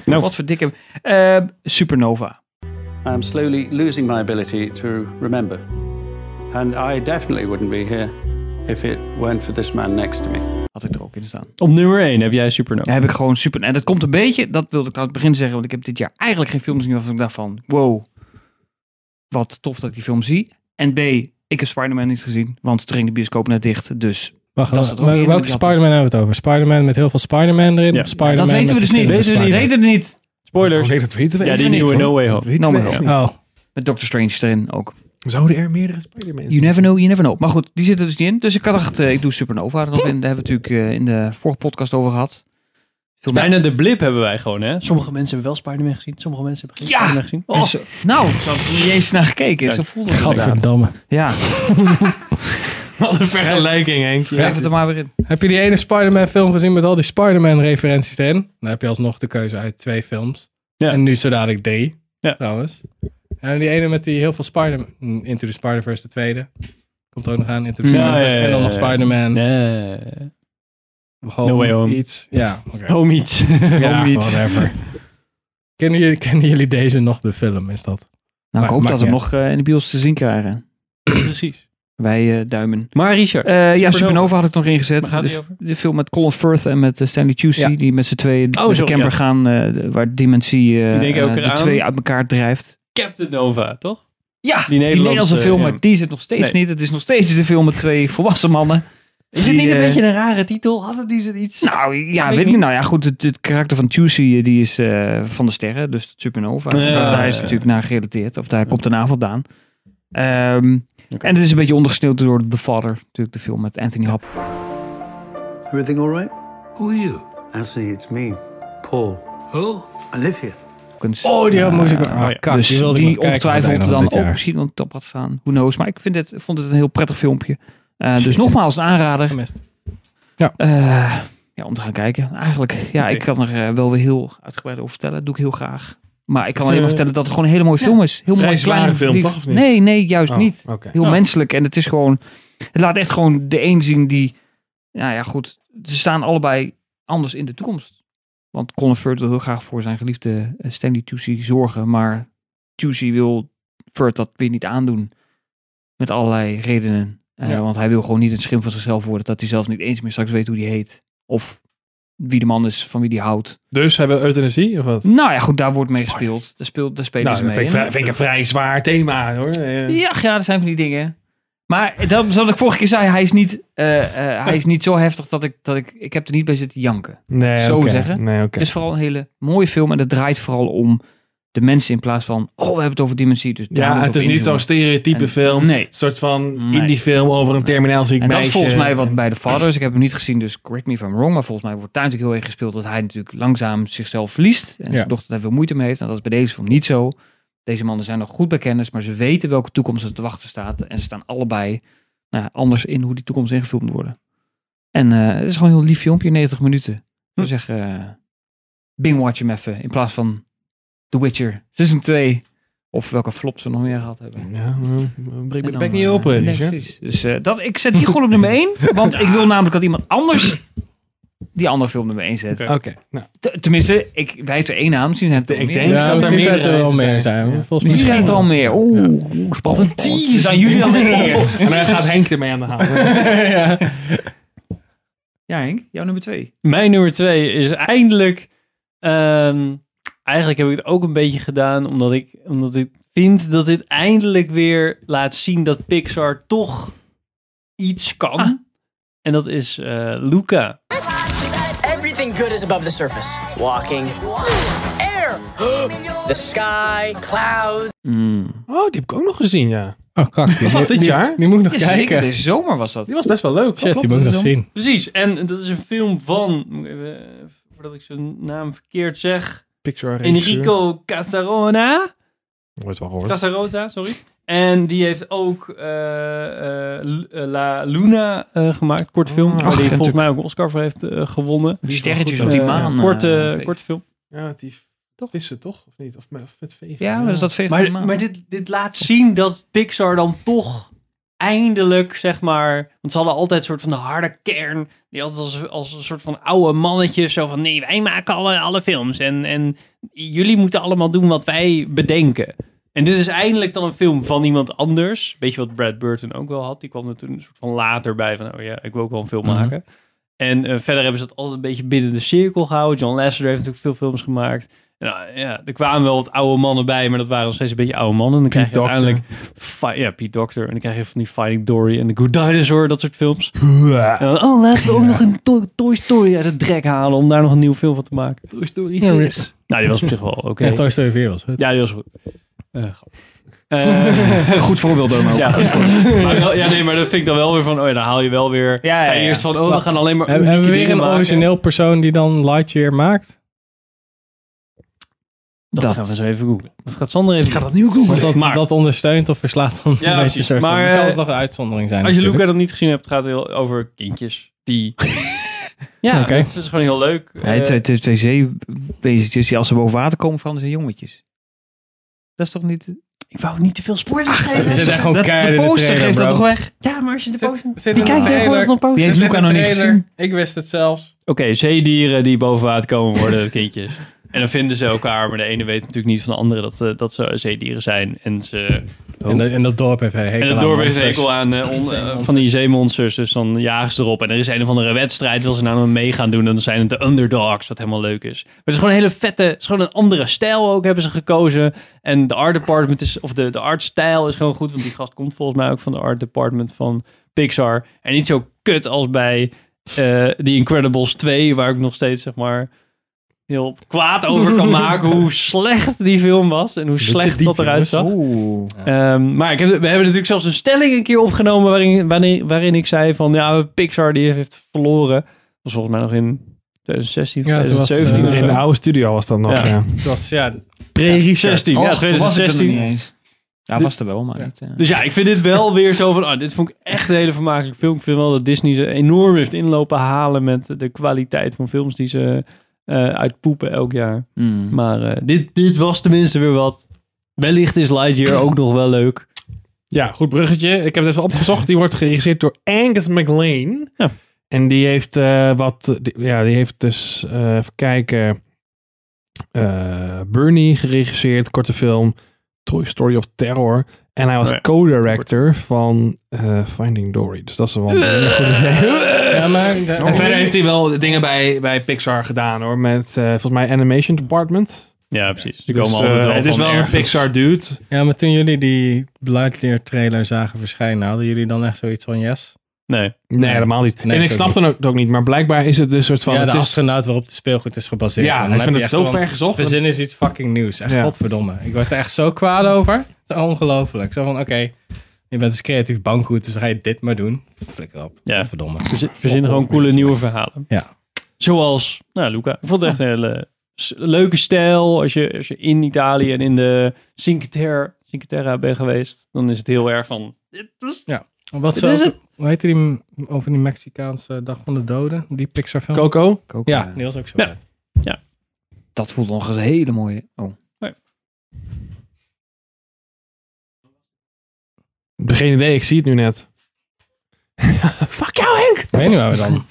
B: wat voor dikke... Eh, Supernova.
I: I am slowly losing my ability to remember. And I definitely wouldn't be here if it weren't for this man next to me.
B: Had ik er ook in staan.
D: Op nummer één heb jij Supernova.
B: Daar heb ik gewoon super... En dat komt een beetje... Dat wilde ik aan het begin zeggen. Want ik heb dit jaar eigenlijk geen films gezien waarvan ik dacht van... Wow. wat tof dat ik die film zie. En B, ik heb Spider-Man niet gezien, want toen ging de bioscoop net dicht. Dus
C: Wacht,
B: Dat is het
C: wel-
B: ook niet
C: welke
B: eerlijk dat-
C: Spider-Man hebben we het over? Spider-Man met heel veel Spider-Man erin?
D: Ja.
C: of Spider-Man
B: dat weten we
C: met
B: dus niet.
C: verschillende
B: Dat weten we niet.
D: Spoilers.
A: Oh, Ik denk dat weten we
D: ja,
A: echt
D: die
A: niet.
D: nieuwe No Way Home.
A: Weten
B: Nou,
A: we
B: maar-
A: echt
C: Spider-Man.
A: niet.
C: Oh,
B: Met Doctor Strange erin ook.
A: Zouden er meerdere Spider-Man
B: You never know, you never know. Maar goed, die zit er dus niet in. Dus ik had dacht, eh, ik doe Supernova er nog in. Daar hebben we natuurlijk eh, in de vorige podcast over gehad. Veel
D: Bijna de blip hebben wij gewoon, hè? Sommige mensen hebben wel Spider-Man gezien, sommige mensen hebben geen
B: Ja!
D: Spider-Man gezien.
B: Oh, zo- nou, ik had er niet eens naar gekeken. Zo voelde het inderdaad.
C: gadverdamme.
B: Ja,
A: Wat een vergelijking, Henk.
B: blijf het er maar weer in.
C: Heb je die ene Spider-Man film gezien met al die Spider-Man referenties erin? Dan heb je alsnog de keuze uit twee films.
D: Ja.
C: En nu zo dadelijk drie,
D: Ja.
C: trouwens. En die ene met die heel veel Spider-Man... mm, Into the Spider-Verse, de tweede. Komt er ook nog aan, Into the
D: Ja,
C: Spider-Verse.
D: ja, ja,
C: en dan nog
D: ja, ja.
C: Spider-Man.
D: Nee.
C: Home,
D: No Way Home.
C: Iets. Ja, oké.
D: Homies.
C: Ja,
D: Homies.
C: whatever. kennen, jullie, kennen jullie deze nog, de film, is dat?
B: Nou, ik hoop
C: maakt
B: dat we
C: niet
B: hem nog eh, in de bios te zien krijgen.
D: Precies.
B: Wij eh, duimen.
D: Maar Richard,
B: Eh, ja, Supernova had ik nog ingezet.
D: Waar gaat
B: de,
D: die over?
B: de film met Colin Firth en met eh, Stanley Tucci.
C: Ja.
B: Die met z'n tweeën
D: Oh,
B: met de
D: sorry,
B: camper
D: ja.
B: gaan. eh, de- waar Dimensie eh,
D: Ik denk ook
B: eh, de
D: eraan.
B: twee uit elkaar drijft.
D: Captain Nova, toch?
B: Ja, die
D: Nederlandse,
B: Nederlandse, film.
D: ja.
B: maar die zit nog steeds
D: Nee.
B: niet. Het is nog steeds de film met twee volwassen mannen.
D: Is het
B: Die,
D: niet een
B: eh,
D: beetje een rare titel? Had het niet iets...
B: Nou ja,
D: ik
B: weet, ik
D: niet.
B: niet. Nou ja, goed. Het, het karakter van Tucci eh, die is eh, van de sterren. Dus het Supernova.
D: Ja.
B: Daar- daar is het natuurlijk naar gerelateerd. Of daar komt de naam vandaan. Ehm,
D: Oké.
B: En het is een beetje ondergesneeuwd door The Father. Natuurlijk de film met Anthony Hopkins.
J: Everything all right?
K: Who are you?
J: Actually, it's me, Paul.
K: Who?
J: I live here.
C: Oh, die had moest ik...
B: Eh,
C: Ah, kak,
B: dus
C: die wilde ik
B: die
C: nog kijken
B: ongetwijfeld
C: aan het
B: dan
C: einde
B: ook
C: van dit jaar.
B: misschien op de top had staan. Who knows. Maar ik vind het, vond het een heel prettig filmpje. Eh, dus nogmaals een aanrader.
C: Gemist.
B: Eh, ja, om te gaan kijken. Eigenlijk, ja,
D: Oké.
B: ik kan er eh, wel weer heel uitgebreid over vertellen. Dat doe ik heel graag. Maar ik kan
A: is,
B: alleen maar
A: eh,
B: vertellen dat het gewoon een hele mooie film is. Heel
A: vrij
B: mooi
A: zware
B: klein,
A: film,
B: lief.
A: toch, of niet?
B: Nee, nee, juist
A: Oh,
B: niet.
A: Oké.
B: Heel
D: Oh.
B: menselijk. En het is gewoon... Het laat echt gewoon de een zien die... Nou ja, goed. Ze staan allebei anders in de toekomst. Want Colin Firth wil heel graag voor zijn geliefde eh, Stanley Tucci zorgen. Maar Tucci wil Firth dat weer niet aandoen. Met allerlei redenen. Eh,
A: Ja.
B: Want hij wil gewoon niet een schim van zichzelf worden. Dat hij zelf niet eens meer straks weet hoe die heet. Of wie de man is van wie die houdt.
A: Dus hebben we euthanasie of wat?
B: Nou ja, goed, daar wordt mee gespeeld. Daar, speelt, daar spelen
A: Nou,
B: ze
A: dat
B: mee.
A: vind ik,
B: En-
A: vrij, vind ik een vrij zwaar thema, hoor. Eh,
B: ja, ja, dat zijn van die dingen. Maar eh, dat, zoals ik vorige keer zei, hij is niet, eh, eh, hij is niet zo heftig dat ik, dat ik... Ik heb er niet bij zitten janken.
A: Nee,
B: Zo
A: oké.
B: zeggen.
A: Nee, oké.
B: Het is vooral een hele mooie film. En het draait vooral om de mensen in plaats van... Oh, we hebben het over dimensie. Dus daar
A: Ja,
B: moet
A: het
B: op
A: is niet
B: inzoomen.
A: zo'n stereotype
B: En-
A: film.
B: nee.
A: Een soort van
B: Nee.
A: indie film over een terminaal ziek
B: En dat
A: meisje.
B: is volgens mij wat bij de vader is. Ik heb hem niet gezien, dus correct me if I'm wrong. Maar volgens mij wordt daar natuurlijk heel erg gespeeld dat hij natuurlijk langzaam zichzelf verliest. En
C: Ja.
B: zijn dochter daar veel moeite mee heeft. En dat is bij deze film niet zo. Deze mannen zijn nog goed bij kennis, maar ze weten welke toekomst er te wachten staat. En ze staan allebei nou, ja, anders in hoe die toekomst ingevuld moet worden. En eh, het is gewoon een heel lief filmpje, 90 minuten. Ik zeg, bing-watch hem even in plaats van The Witcher Season 2. Of welke flop ze nog meer gehad hebben.
A: Ja, eh, breek me
B: En
A: de
B: dan,
A: bek niet
B: eh,
A: open,
B: nee,
A: Richard.
B: precies. Dus eh, dat, ik zet die gewoon op nummer 1. Want ik wil namelijk dat iemand anders die andere film nummer 1 zet.
A: Oké, nou.
B: T- Tenminste, ik wijs er één aan. Misschien zijn het er
A: Ik
B: wel meer.
A: denk
C: Ja,
A: dat er
C: misschien zijn
A: meerdere
C: het er wel
A: mensen
C: meer
A: zijn.
C: zijn.
A: Ja.
C: Volgens mij Oh,
B: Misschien zijn het al meer. Oeh, oeh, spannend. Wat
D: Nou,
B: een tease. Zijn jullie dan weer?
A: En dan gaat Henk ermee aan de haal.
C: ja.
B: Ja Henk, jouw nummer 2.
D: Mijn nummer twee is eindelijk. ehm, eigenlijk heb ik het ook een beetje gedaan, omdat ik, omdat ik vind dat dit eindelijk weer laat zien dat Pixar toch iets kan. En dat is eh, Luca.
K: Everything good is above the surface. Walking. Air. the sky. Clouds.
A: Oh, die heb ik ook nog gezien, ja.
C: Oh, kak. Die,
A: Was dat dit
C: die-
A: jaar?
C: Die moet ik nog
B: Zeker,
C: kijken.
B: deze zomer was dat.
A: Die was best wel leuk.
C: Shit, die moet ik nog zien.
D: Precies, en dat is een film van, moet ik even, eh, voordat ik zijn naam verkeerd zeg,
A: Pixar
D: Enrico Casarona.
A: Wordt wel gehoord.
D: Casarosa, sorry. En die heeft ook eh, eh, Lu- eh, La Luna eh, gemaakt, korte film.
A: Ah,
D: waar
A: ach,
D: die
A: ja,
D: volgens mij ook een Oscar voor heeft eh, gewonnen.
B: Die sterretjes
A: goed,
B: op die
D: Eh,
B: maan. eh,
D: korte,
B: fake.
D: korte film.
A: Ja, die vissen toch? Of niet? Of met, met vegen.
B: Ja, maar dat is dat vegen op
D: Maar,
B: de maan.
D: maar dit, dit laat zien dat Pixar dan toch eindelijk, zeg maar... Want ze hadden altijd een soort van de harde kern. Die altijd als, als een soort van oude mannetjes zo van... Nee, wij maken alle, alle films. En, en jullie moeten allemaal doen wat wij bedenken. En dit is eindelijk dan een film van iemand anders. Weet je wat Brad Burton ook wel had? Die kwam er toen een soort van later bij van... Oh ja, ik wil ook wel een film
C: Mhm.
D: maken. En eh, verder hebben ze het altijd een beetje binnen de cirkel gehouden. John Lasseter heeft natuurlijk veel films gemaakt. nou, ja, er kwamen wel wat oude mannen bij, maar dat waren nog steeds een beetje oude mannen. En dan krijg je
A: Pete Docter.
D: uiteindelijk... fi- Ja, Pete Doctor. En dan krijg je van die Fighting Dory en The Good Dinosaur, dat soort films. En dan, oh, laten we ook nog een to- Toy Story uit het drek halen om daar nog een nieuw film van te maken.
A: Toy Story
D: Ja, maar- Nou, die was op zich wel oké.
C: Ja, Toy Story 4 was het.
D: Ja, die was goed. Eh, grappig. Eh,
B: Goed voorbeeld, Dono.
D: Ja, goed voorbeeld. Maar wel- ja, nee, maar dat vind ik dan wel weer van, oh ja, dan haal je wel weer...
B: ja,
D: ga je
B: ja.
D: eerst van, oh, we
C: Wacht,
D: gaan alleen maar
C: Hebben hebben
D: unieke
C: we weer
D: dingen
C: een
D: maken.
C: origineel persoon die dan Lightyear maakt?
D: Dat, gaan we eens even googlen. Dat gaat Sander even
A: Ik ga dat nieuw googlen.
C: Want dat,
D: Maar-
C: dat ondersteunt of verslaat dan
D: Ja,
C: een beetje
D: precies.
C: soort van-
D: Maar,
C: Het kan
D: eh,
C: alsnog een uitzondering zijn
D: Als je Luca
C: natuurlijk.
D: dat niet gezien hebt, gaat het heel over kindjes die... ja,
C: Oké.
D: dat is gewoon heel leuk.
B: Nee,
D: Eh,
B: twee, twee, twee zeewezentjes die als ze boven water komen veranderen ze in jongetjes. Dat is toch niet... Ik wou niet te veel spoilers geven.
C: er zit echt gewoon
B: Dat-
C: keihard in
B: De
C: de
B: poster
C: trailer,
B: geeft dat
C: bro.
B: toch weg? Ja, maar als je de
C: Zit-
B: poster...
C: zit
B: Die
C: in de
B: kijkt tegenwoordig
C: trailer.
B: nog
A: Die
B: posters.
A: heeft Luca
C: Zit in
A: nog
C: de
A: niet
C: trailer.
A: gezien.
C: Ik wist het zelfs.
D: Oké, zeedieren die boven water komen worden, dat kindjes. En dan vinden ze elkaar, maar de ene weet natuurlijk niet van de andere dat, ze- dat ze zeedieren zijn. En, ze,
C: En, dat, en dat dorp heeft een hekel
D: en
C: aan
D: het dorp heeft
C: monsters.
D: hekel aan eh, on- eh,
C: Zeemonsters.
D: van die zeemonsters, dus dan jagen ze erop. En er is een of andere wedstrijd, wil ze nou nog mee gaan doen, dan zijn het de underdogs, wat helemaal leuk is. Maar het is gewoon een hele vette, het is gewoon een andere stijl ook, hebben ze gekozen. En de art department is, of de, de art stijl is gewoon goed, want die gast komt volgens mij ook van de art department van Pixar. En niet zo kut als bij eh The Incredibles 2, waar ik nog steeds zeg maar heel kwaad over kan maken hoe slecht die film was en hoe
C: Dit
D: slecht
C: zit diep,
D: dat eruit
C: jongens.
D: zag.
B: Oeh.
D: Ehm, maar ik heb, we hebben natuurlijk zelfs een stelling een keer opgenomen waarin, waarin, waarin ik zei van ja, Pixar die heeft verloren. Dat was volgens mij nog in 2016,
C: Ja, toen was,
D: 2017.
C: eh,
D: of
A: In
D: zo.
A: de oude studio was dat nog.
D: Ja.
A: Ja.
C: Het was, ja,
D: Pre-Richard. Ja,
B: Och, toen was ik er nog
D: 2016.
B: niet eens. Ja, was er wel, maar
C: Ja.
B: niet... eh.
D: Dus ja, ik vind dit wel weer zo van, ah, dit vond ik echt een hele vermakelijke film. Ik vind wel dat Disney ze enorm heeft inlopen halen met de kwaliteit van films die ze eh, uitpoepen elk jaar.
C: Hmm.
B: Mm.
D: Maar eh, dit, dit was tenminste weer wat. Wellicht is Lightyear ook nog wel leuk.
A: Ja, goed bruggetje. Ik heb het even opgezocht. Die wordt geregisseerd door Angus MacLean.
D: Ja.
A: En die heeft eh, wat... die- ja, die heeft dus... eh, even kijken... eh, Bernie geregisseerd, korte film. Toy Story of Terror. En hij was
D: Oh ja.
A: co-director van eh, Finding Dory. Dus dat is wel een hele
D: Eh.
A: goede
C: ja, maar...
D: Oh.
A: En verder heeft hij wel dingen bij, bij Pixar gedaan hoor. Met eh, volgens mij Animation Department.
D: Ja, precies. Ze
A: Dus,
D: komen altijd
A: eh,
D: wel
A: het is
D: van
A: wel
D: ergens.
A: een Pixar dude.
C: Ja, maar toen jullie die Lightyear trailer zagen verschijnen, hadden jullie dan echt zoiets van yes?
D: Nee.
A: Nee, helemaal niet.
C: Nee,
A: en ik
C: ik ook
A: snap
C: niet.
A: dan ook, het ook niet. Maar blijkbaar is het dus een soort van...
C: ja, de
A: het is,
C: astronaut waarop het speelgoed is gebaseerd.
A: ja,
C: En
A: ik
C: dan
A: vind
C: heb
A: het
C: je
A: zo
C: echt van,
A: ver gezocht.
C: We zinnen is iets fucking nieuws. Echt
A: Ja.
C: godverdomme. Ik word er echt zo kwaad over. Het is ongelooflijk. Zo van, oké, je bent dus creatief bankgoed, dus dan ga je dit maar doen. Flikker op.
D: Ja.
C: Godverdomme.
D: Verzin- Verzinnen gewoon coole nieuwe verhalen.
C: Ja.
D: Zoals, nou Luca, ik vond het echt een hele s- leuke stijl. Als je, als je in Italië en in de Cinque Terre, Cinque Terre bent geweest, dan is het heel erg van... dit is-
C: Wat
D: Dit is
C: zo, hoe heette die m- over die Mexicaanse Dag van de Doden? Die Pixar film?
A: Coco?
B: Ik ook,
C: ja,
B: eh,
C: die was ook zo
D: Ja.
C: vet.
B: Dat voelde nog eens een hele mooie... Oh.
A: Geen idee, ik zie het nu net. Fuck jou Henk!
C: Ik weet niet waar we dan...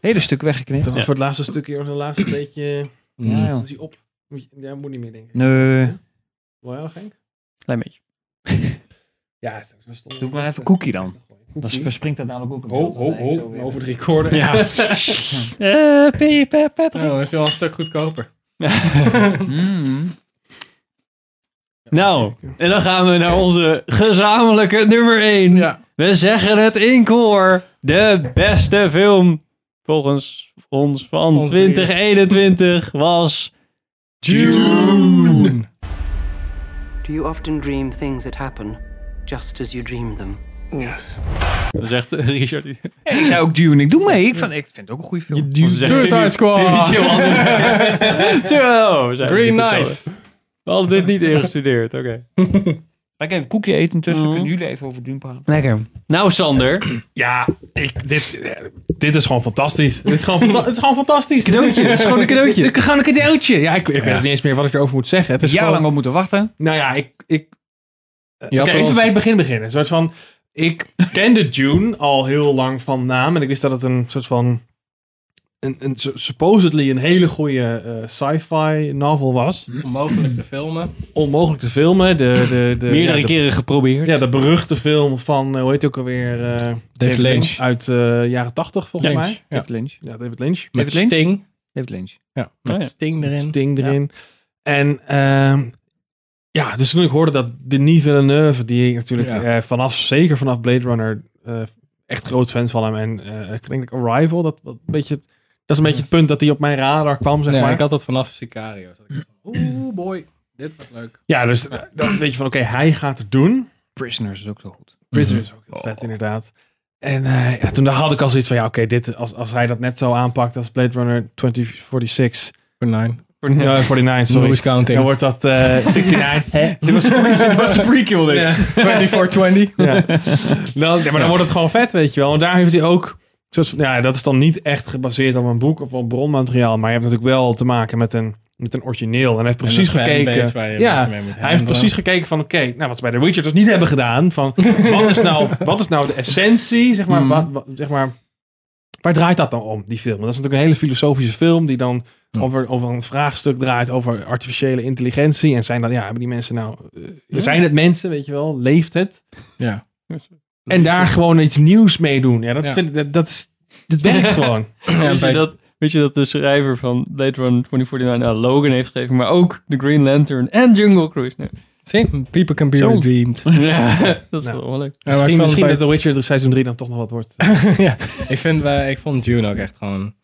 B: Hele stuk weggeknipt.
A: Dat was voor het laatste stukje, of het laatste beetje...
B: Ja, joh.
A: Is hij op? Moet je- Ja, moet niet meer denken.
B: Nee.
A: Wel Henk?
D: Klein beetje.
A: Ja, het is stom.
B: Doe ik maar even cookie dan. Dat is- verspringt dat namelijk ook een
A: Ho,
B: beeld.
A: ho,
B: Eigenlijk zo
A: ho.
B: weer.
A: Oh, Over de recorder.
D: Ja. Eh, Pe- Pe- Patrick.
C: Oh, dat is wel een stuk goedkoper.
B: Mm.
D: Nou, en dan gaan we naar onze gezamenlijke nummer 1.
C: Ja.
D: We zeggen het in koor. De beste film volgens ons van
C: Ons
D: 2021 was...
C: June!
L: Do you often dream things that happen just as you dream them?
J: Yes.
D: Dat zegt Richard.
B: Hey, ik zei ook Dune, ik doe mee. Ik, vind, ik vind het ook een goede film.
C: Suicide
M: Oh.
C: Squad!
D: Zo, zijn we
C: Green
D: niet hetzelfde.
C: Knight!
D: We hadden dit niet ingestudeerd, oké.
B: Laat ik even een koekje eten tussen.
D: Mhm.
B: Kunnen jullie even over Dune praten?
D: Lekker. Nou, Sander.
A: Ja, ik, dit, eh, dit is gewoon fantastisch. dit is gewoon, fanta- het is gewoon fantastisch.
D: Cadeautje, het is gewoon een cadeautje.
A: Dit is gewoon een cadeautje. Ja, ik, ik weet niet eens meer wat ik erover moet zeggen. Het is
B: Een jaar
A: gewoon...
B: lang op moeten wachten.
A: Nou ja, ik. ik
C: Je had
A: Oké,
C: al
A: even
C: eens-
A: bij het begin beginnen. Een soort van. Ik kende June al heel lang van naam. En ik wist dat het een soort van. Een, een, su- supposedly een hele goede eh, sci-fi novel
C: Hm.
A: was.
C: Onmogelijk te filmen.
A: Onmogelijk te filmen. De, de, de,
D: Meerdere
A: ja, de,
D: keren geprobeerd.
A: Ja, de beruchte film van. eh, hoe heet die ook alweer? eh,
C: David Lynch.
A: Uit de jaren tachtig, volgens
C: Lynch,
A: mij.
C: Ja.
B: David Lynch.
A: Ja, David Lynch.
C: Met
B: Lynch?
C: Sting.
B: David Lynch.
C: Ja, met
D: Oh ja.
C: Sting erin.
A: Sting erin. En ehm, ja, dus toen ik hoorde dat Denis Villeneuve, die ik natuurlijk
C: Ja.
A: eh, vanaf, zeker vanaf Blade Runner, eh, echt groot fan van hem. En eh, ik denk dat Arrival, dat, dat, een beetje, dat is een beetje het punt dat hij op mijn radar kwam, zeg
C: Nee,
A: maar.
C: ik had dat vanaf Sicario. Zat ik van, Oeh, boy. Dit wordt leuk.
A: Ja, dus eh, dan weet je van, oké, hij gaat het doen.
B: Prisoners is ook zo goed.
A: Prisoners is ook heel vet, inderdaad. En eh, ja, toen had ik al zoiets van, ja, oké, dit als, als hij dat net zo aanpakt als Blade Runner 2046.
C: Voor 9.
A: Voor 49, sorry.
C: Nobody's counting.
A: Dan wordt dat eh 69. Hè? Dit was, dit was de prequel, dit.
C: Ja. 2420.
A: Ja. Dan, ja, maar dan
C: Ja.
A: wordt het gewoon vet, weet je wel. Want daar heeft hij ook... een Soort van, ja, dat is dan niet echt gebaseerd op een boek of op bronmateriaal. Maar je hebt natuurlijk wel te maken met een, met een origineel. En hij heeft
C: En
A: precies
C: een fanbase
A: gekeken...
C: waar je
A: ja,
C: mensen mee moet
A: hij heeft
C: handelen.
A: precies gekeken van... Oké, nou wat ze bij The Witcher dus niet hebben gedaan. Van, wat, is nou, wat is nou de essentie? Zeg
C: Mm.
A: maar, wat, wat- zeg maar, waar draait dat dan om, die film? Dat is natuurlijk een hele filosofische film die dan over, over een vraagstuk draait over artificiële intelligentie. En zijn dan, ja, hebben die mensen nou... eh, Zijn het mensen, weet je wel? Leeft het?
C: Ja.
A: En daar gewoon iets nieuws mee doen. Ja, dat,
M: Ja.
A: Vind, ik- dat, dat, is, dat werkt gewoon.
M: weet,
A: Dus
M: je dat, weet je dat de schrijver van Blade Runner 2049 aan Logan heeft gegeven, maar ook The Green Lantern en Jungle Cruise? Nee.
C: See, people can be
M: Zo.
C: redeemed.
M: Ja, dat is
A: Nou,
M: wel leuk.
C: Ja, maar ik
A: misschien
C: vond
A: misschien
C: bij-
A: dat The Witcher de seizoen 3 dan toch nog wat wordt.
C: ja, ik, vind, eh, ik vond Juno ook echt gewoon...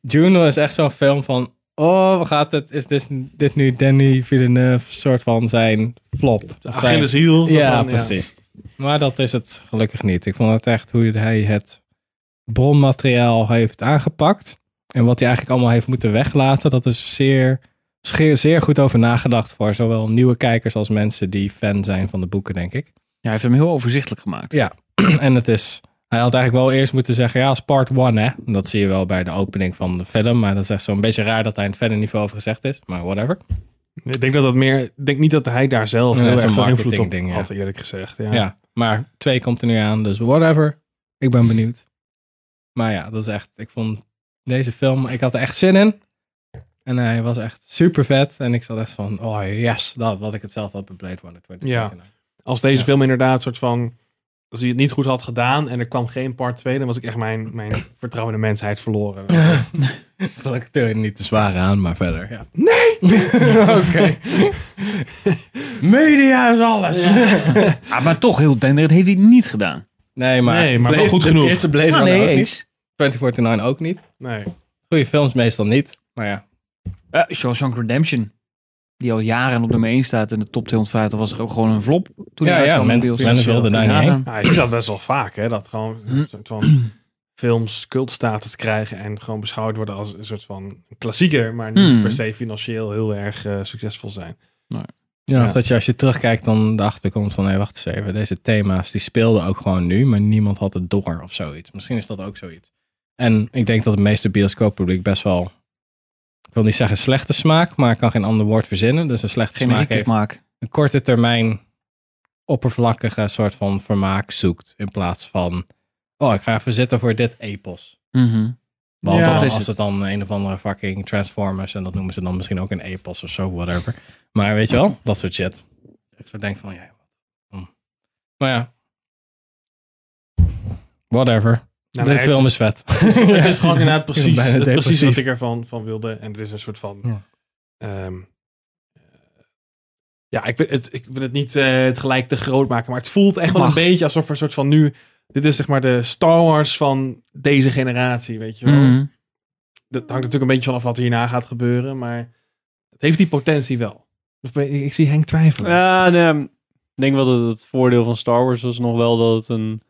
C: Juno is echt zo'n film van... Oh, gaat het, is dit, dit nu Danny Villeneuve soort van zijn flop? Of zijn-
A: Achilles heel.
C: Ja, precies. Maar dat is het gelukkig niet. Ik vond het echt hoe hij het bronmateriaal heeft aangepakt. En wat hij eigenlijk allemaal heeft moeten weglaten. Dat is zeer, zeer, zeer goed over nagedacht voor zowel nieuwe kijkers als mensen die fan zijn van de boeken, denk ik.
B: hij heeft hem heel overzichtelijk gemaakt.
C: Ja, en het is. Hij had eigenlijk wel eerst moeten zeggen, ja, als part one, hè. En Dat zie je wel bij de opening van de film. Maar dat is echt zo'n beetje raar dat hij in het verder niveau over gezegd is. Maar whatever.
A: Ik denk dat dat meer... Ik denk niet dat hij daar zelf
C: Ja,
A: heel
C: dat is
A: erg
C: een
A: veel invloed op
C: marketingding, ja.
A: had, eerlijk gezegd. Ja.
C: Ja. maar twee komt er nu aan, dus whatever. Ik ben benieuwd. Maar ja, dat is echt. Ik vond deze film, ik had er echt zin in. En hij was echt super vet. En ik zat echt van, oh yes, dat wat ik hetzelfde had bij Blade Runner 2049.
A: Als deze
C: Ja.
A: film inderdaad soort van... Als hij het niet goed had gedaan en er kwam geen part 2... dan was ik echt mijn, mijn vertrouwen in de mensheid verloren.
C: Gelukkig tel je er niet te zwaar aan, maar verder. Ja.
A: Nee!
C: Oké. Media is alles.
B: Ah, maar toch, heel tender, dat heeft hij niet gedaan.
C: Nee, maar,
B: Nee, maar wel goed
C: de
B: genoeg.
C: eerste Blade
B: Ah,
C: Runner
B: nee,
C: ook
B: eens.
C: niet. 2049 ook niet.
A: Nee.
C: Goede films meestal niet, maar ja.
B: Eh Shawshank Redemption, die al jaren op nummer 1 staat in de top 250, was er ook gewoon een flop. Toen
C: Ja,
B: hij
C: ja,
B: uitkwam.
C: mensen-
B: Deels.
C: mensen wilden daar niet heen.
A: Ja, je ziet dat best wel vaak, hè? Dat gewoon
C: Hm.
A: een soort van films cultstatus krijgen en gewoon beschouwd worden als een soort van klassieker, maar niet
C: Hmm.
A: per se financieel heel erg eh, succesvol zijn.
C: Ja, Of dat je als je terugkijkt dan erachter komt van, hé, wacht eens even, deze thema's die speelden ook gewoon nu, maar niemand had het door of zoiets. Misschien is dat ook zoiets. En ik denk dat het meeste bioscooppubliek best wel, ik wil niet zeggen slechte smaak, maar ik kan geen ander woord verzinnen. Dus een slechte smaak
B: Generieke
C: heeft
B: smaak.
C: een korte termijn oppervlakkige soort van vermaak zoekt in plaats van, oh, ik ga even zitten voor dit epos.
B: Mhm.
C: Behalve
B: Ja.
C: dan
B: Dat is
C: als
B: het.
C: het dan een of andere fucking Transformers en dat noemen ze dan misschien ook een epos of zo, whatever. Maar weet je wel, dat soort shit. Ik zo denk van, ja, hm. maar ja. Whatever.
A: Nou,
C: Dit
A: maar
C: film
A: het-
C: is vet.
A: Het is, het is gewoon inderdaad
C: Ik ben
A: precies,
C: bijna
A: het- precies
C: depressief.
A: wat ik ervan van wilde. En het is een soort van.
C: Ja.
A: ehm, eh, ja, ik, wil het, ik wil het niet eh, het gelijk te groot maken. Maar het voelt echt wel een
B: Mag.
A: beetje alsof er een soort van nu. Dit is zeg maar de Star Wars van deze generatie, weet je wel.
B: Mhm.
A: Dat hangt natuurlijk een beetje vanaf wat hierna gaat gebeuren. Maar het heeft die potentie wel. Of ben- ik, ik zie Henk twijfelen.
M: Ja, nee, ik denk wel dat het voordeel van Star Wars was nog wel dat het een...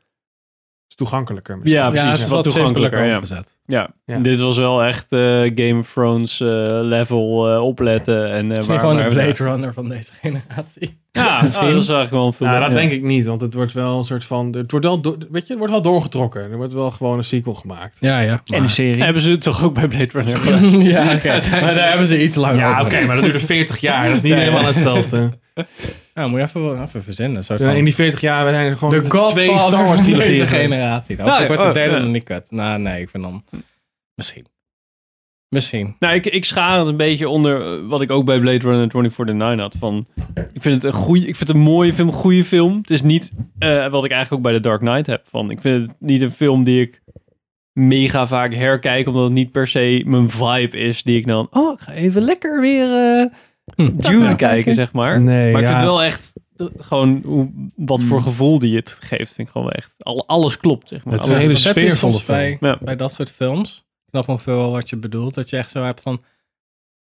A: is toegankelijker misschien.
M: Ja, precies.
A: Ja, het is
M: wat,
A: wat
M: toegankelijker.
A: simpeler
M: Ja.
A: opgezet.
M: Ja.
A: Ja.
M: dit was wel echt eh, Game of Thrones eh, level eh, opletten. En, eh
C: Het is
M: waar-
C: niet gewoon
M: waar
C: een
M: we-
C: Blade Runner van deze generatie.
M: Ja,
C: Misschien.
M: ah, dat is eigenlijk wel een film.
A: Nou, dat
M: ja.
A: denk ik niet, want het wordt wel een soort van. Het wordt wel, door- weet je, het wordt wel doorgetrokken. Er wordt wel gewoon een sequel gemaakt.
C: Ja, ja. maar-
B: serie.
M: Hebben ze het toch ook bij Blade Runner
C: ja, oké. Maar daar hebben ze iets langer
A: Ja,
C: over.
A: oké, maar dat duurde 40 jaar. Dat is niet
C: Ja, ja.
A: helemaal hetzelfde.
C: Ja, moet je even, wel- even verzinnen. Zo
A: Ja,
C: van-
A: in die 40 jaar zijn er gewoon
C: De
A: twee Star Wars
C: van deze
A: trilogieën. geweest.
C: generatie. Nou,
M: Ja,
C: ik word
M: ja,
A: oh,
C: de derde
M: ja.
C: nog niet kut. Nou, nee, ik vind dan... Misschien. Misschien.
M: Nou, ik, ik schaar het een beetje onder eh, wat ik ook bij Blade Runner 2049 had. Van, ik vind het een goede, ik vind het een mooie film, een goede film. Het is niet eh, wat ik eigenlijk ook bij The Dark Knight heb. Van, ik vind het niet een film die ik mega vaak herkijk, omdat het niet per se mijn vibe is die ik dan. Oh, ik ga even lekker weer eh,
D: Dune
N: Hm. Ja.
D: kijken, zeg maar.
N: Nee,
D: maar ik vind
N: ja.
D: het wel echt eh, gewoon hoe, wat
C: Hm.
D: voor gevoel die het geeft, vind ik gewoon echt. Al, alles klopt, zeg maar.
C: Het is
D: Alles-
C: een hele
D: Dat heb je
C: sfeervolle
D: soms bij-
C: film. Bij, bij dat soort films. Ik snap ongeveer wel wat je bedoelt. Dat je echt zo hebt van...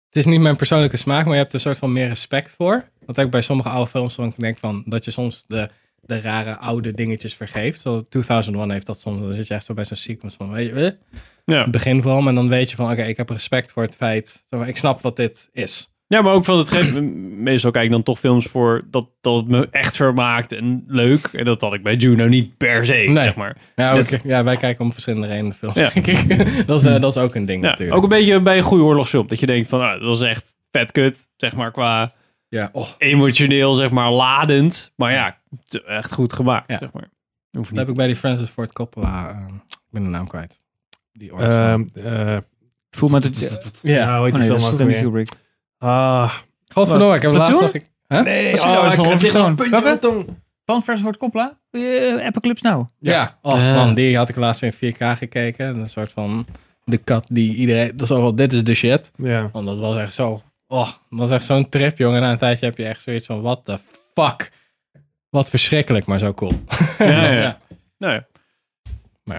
C: Het is niet mijn persoonlijke smaak, maar je hebt er een soort van meer respect voor. Want ook bij sommige oude films dan denk ik van... Dat je soms de, de rare oude dingetjes vergeeft. Zo 2001 heeft dat soms. Dan zit je echt zo bij zo'n sequence van... Weet je, eh,
D: Ja.
C: het begin vooral. Maar dan weet je van... Oké, ik heb respect voor het feit. Zo, ik snap wat dit is.
D: Ja, maar ook van het geeft. Meestal kijk ik dan toch films voor dat, dat het me echt vermaakt en leuk. En dat had ik bij Juno niet per se,
C: Nee.
D: zeg maar.
C: Ja,
D: Dat-
C: we- ja, wij kijken om verschillende redenen films,
D: Ja.
C: denk ik. dat, is, eh, dat is ook een ding
D: Ja,
C: natuurlijk.
D: ook een beetje bij een goede oorlogsfilm. Dat je denkt van, ah, dat is echt vet kut, zeg maar, qua emotioneel, zeg maar, ladend. Maar ja, t- echt goed gemaakt, zeg maar. Hoeft
C: Dat heb ik bij die Francis Ford Coppola. eh, ik ben de naam kwijt. Die oorlog.
A: Ehm, eh,
B: Voel me dat...
C: Ja.
A: hoe heet
C: Oh
A: die
C: nee, dat
A: film
C: is
A: ook
C: Stanley
A: weer?
B: Kubrick. Oh,
A: Ah.
C: Godverdomme, ik heb
A: Wat
C: laatst
A: toen?
C: nog... ik- Hè?
A: Nee,
B: Wat
A: oh,
B: zie je nou
A: ik
B: even
A: heb
B: op
A: echt
B: gewoon?
A: een puntje
B: Welke?
A: op de tong.
B: Van Vers wordt Koppla? Eh, Apoclips nou?
C: Ja. Och
B: Eh.
C: man, die had ik laatst weer in 4K gekeken. Een soort van de kat die iedereen... Dat is al wel, dit is de shit.
A: Ja.
C: Want dat was echt zo... Oh, dat was echt zo'n trip, jongen. Na een tijdje heb je echt zoiets van, what the fuck? Wat verschrikkelijk, maar zo cool.
D: Ja, ja. ja. Nou ja.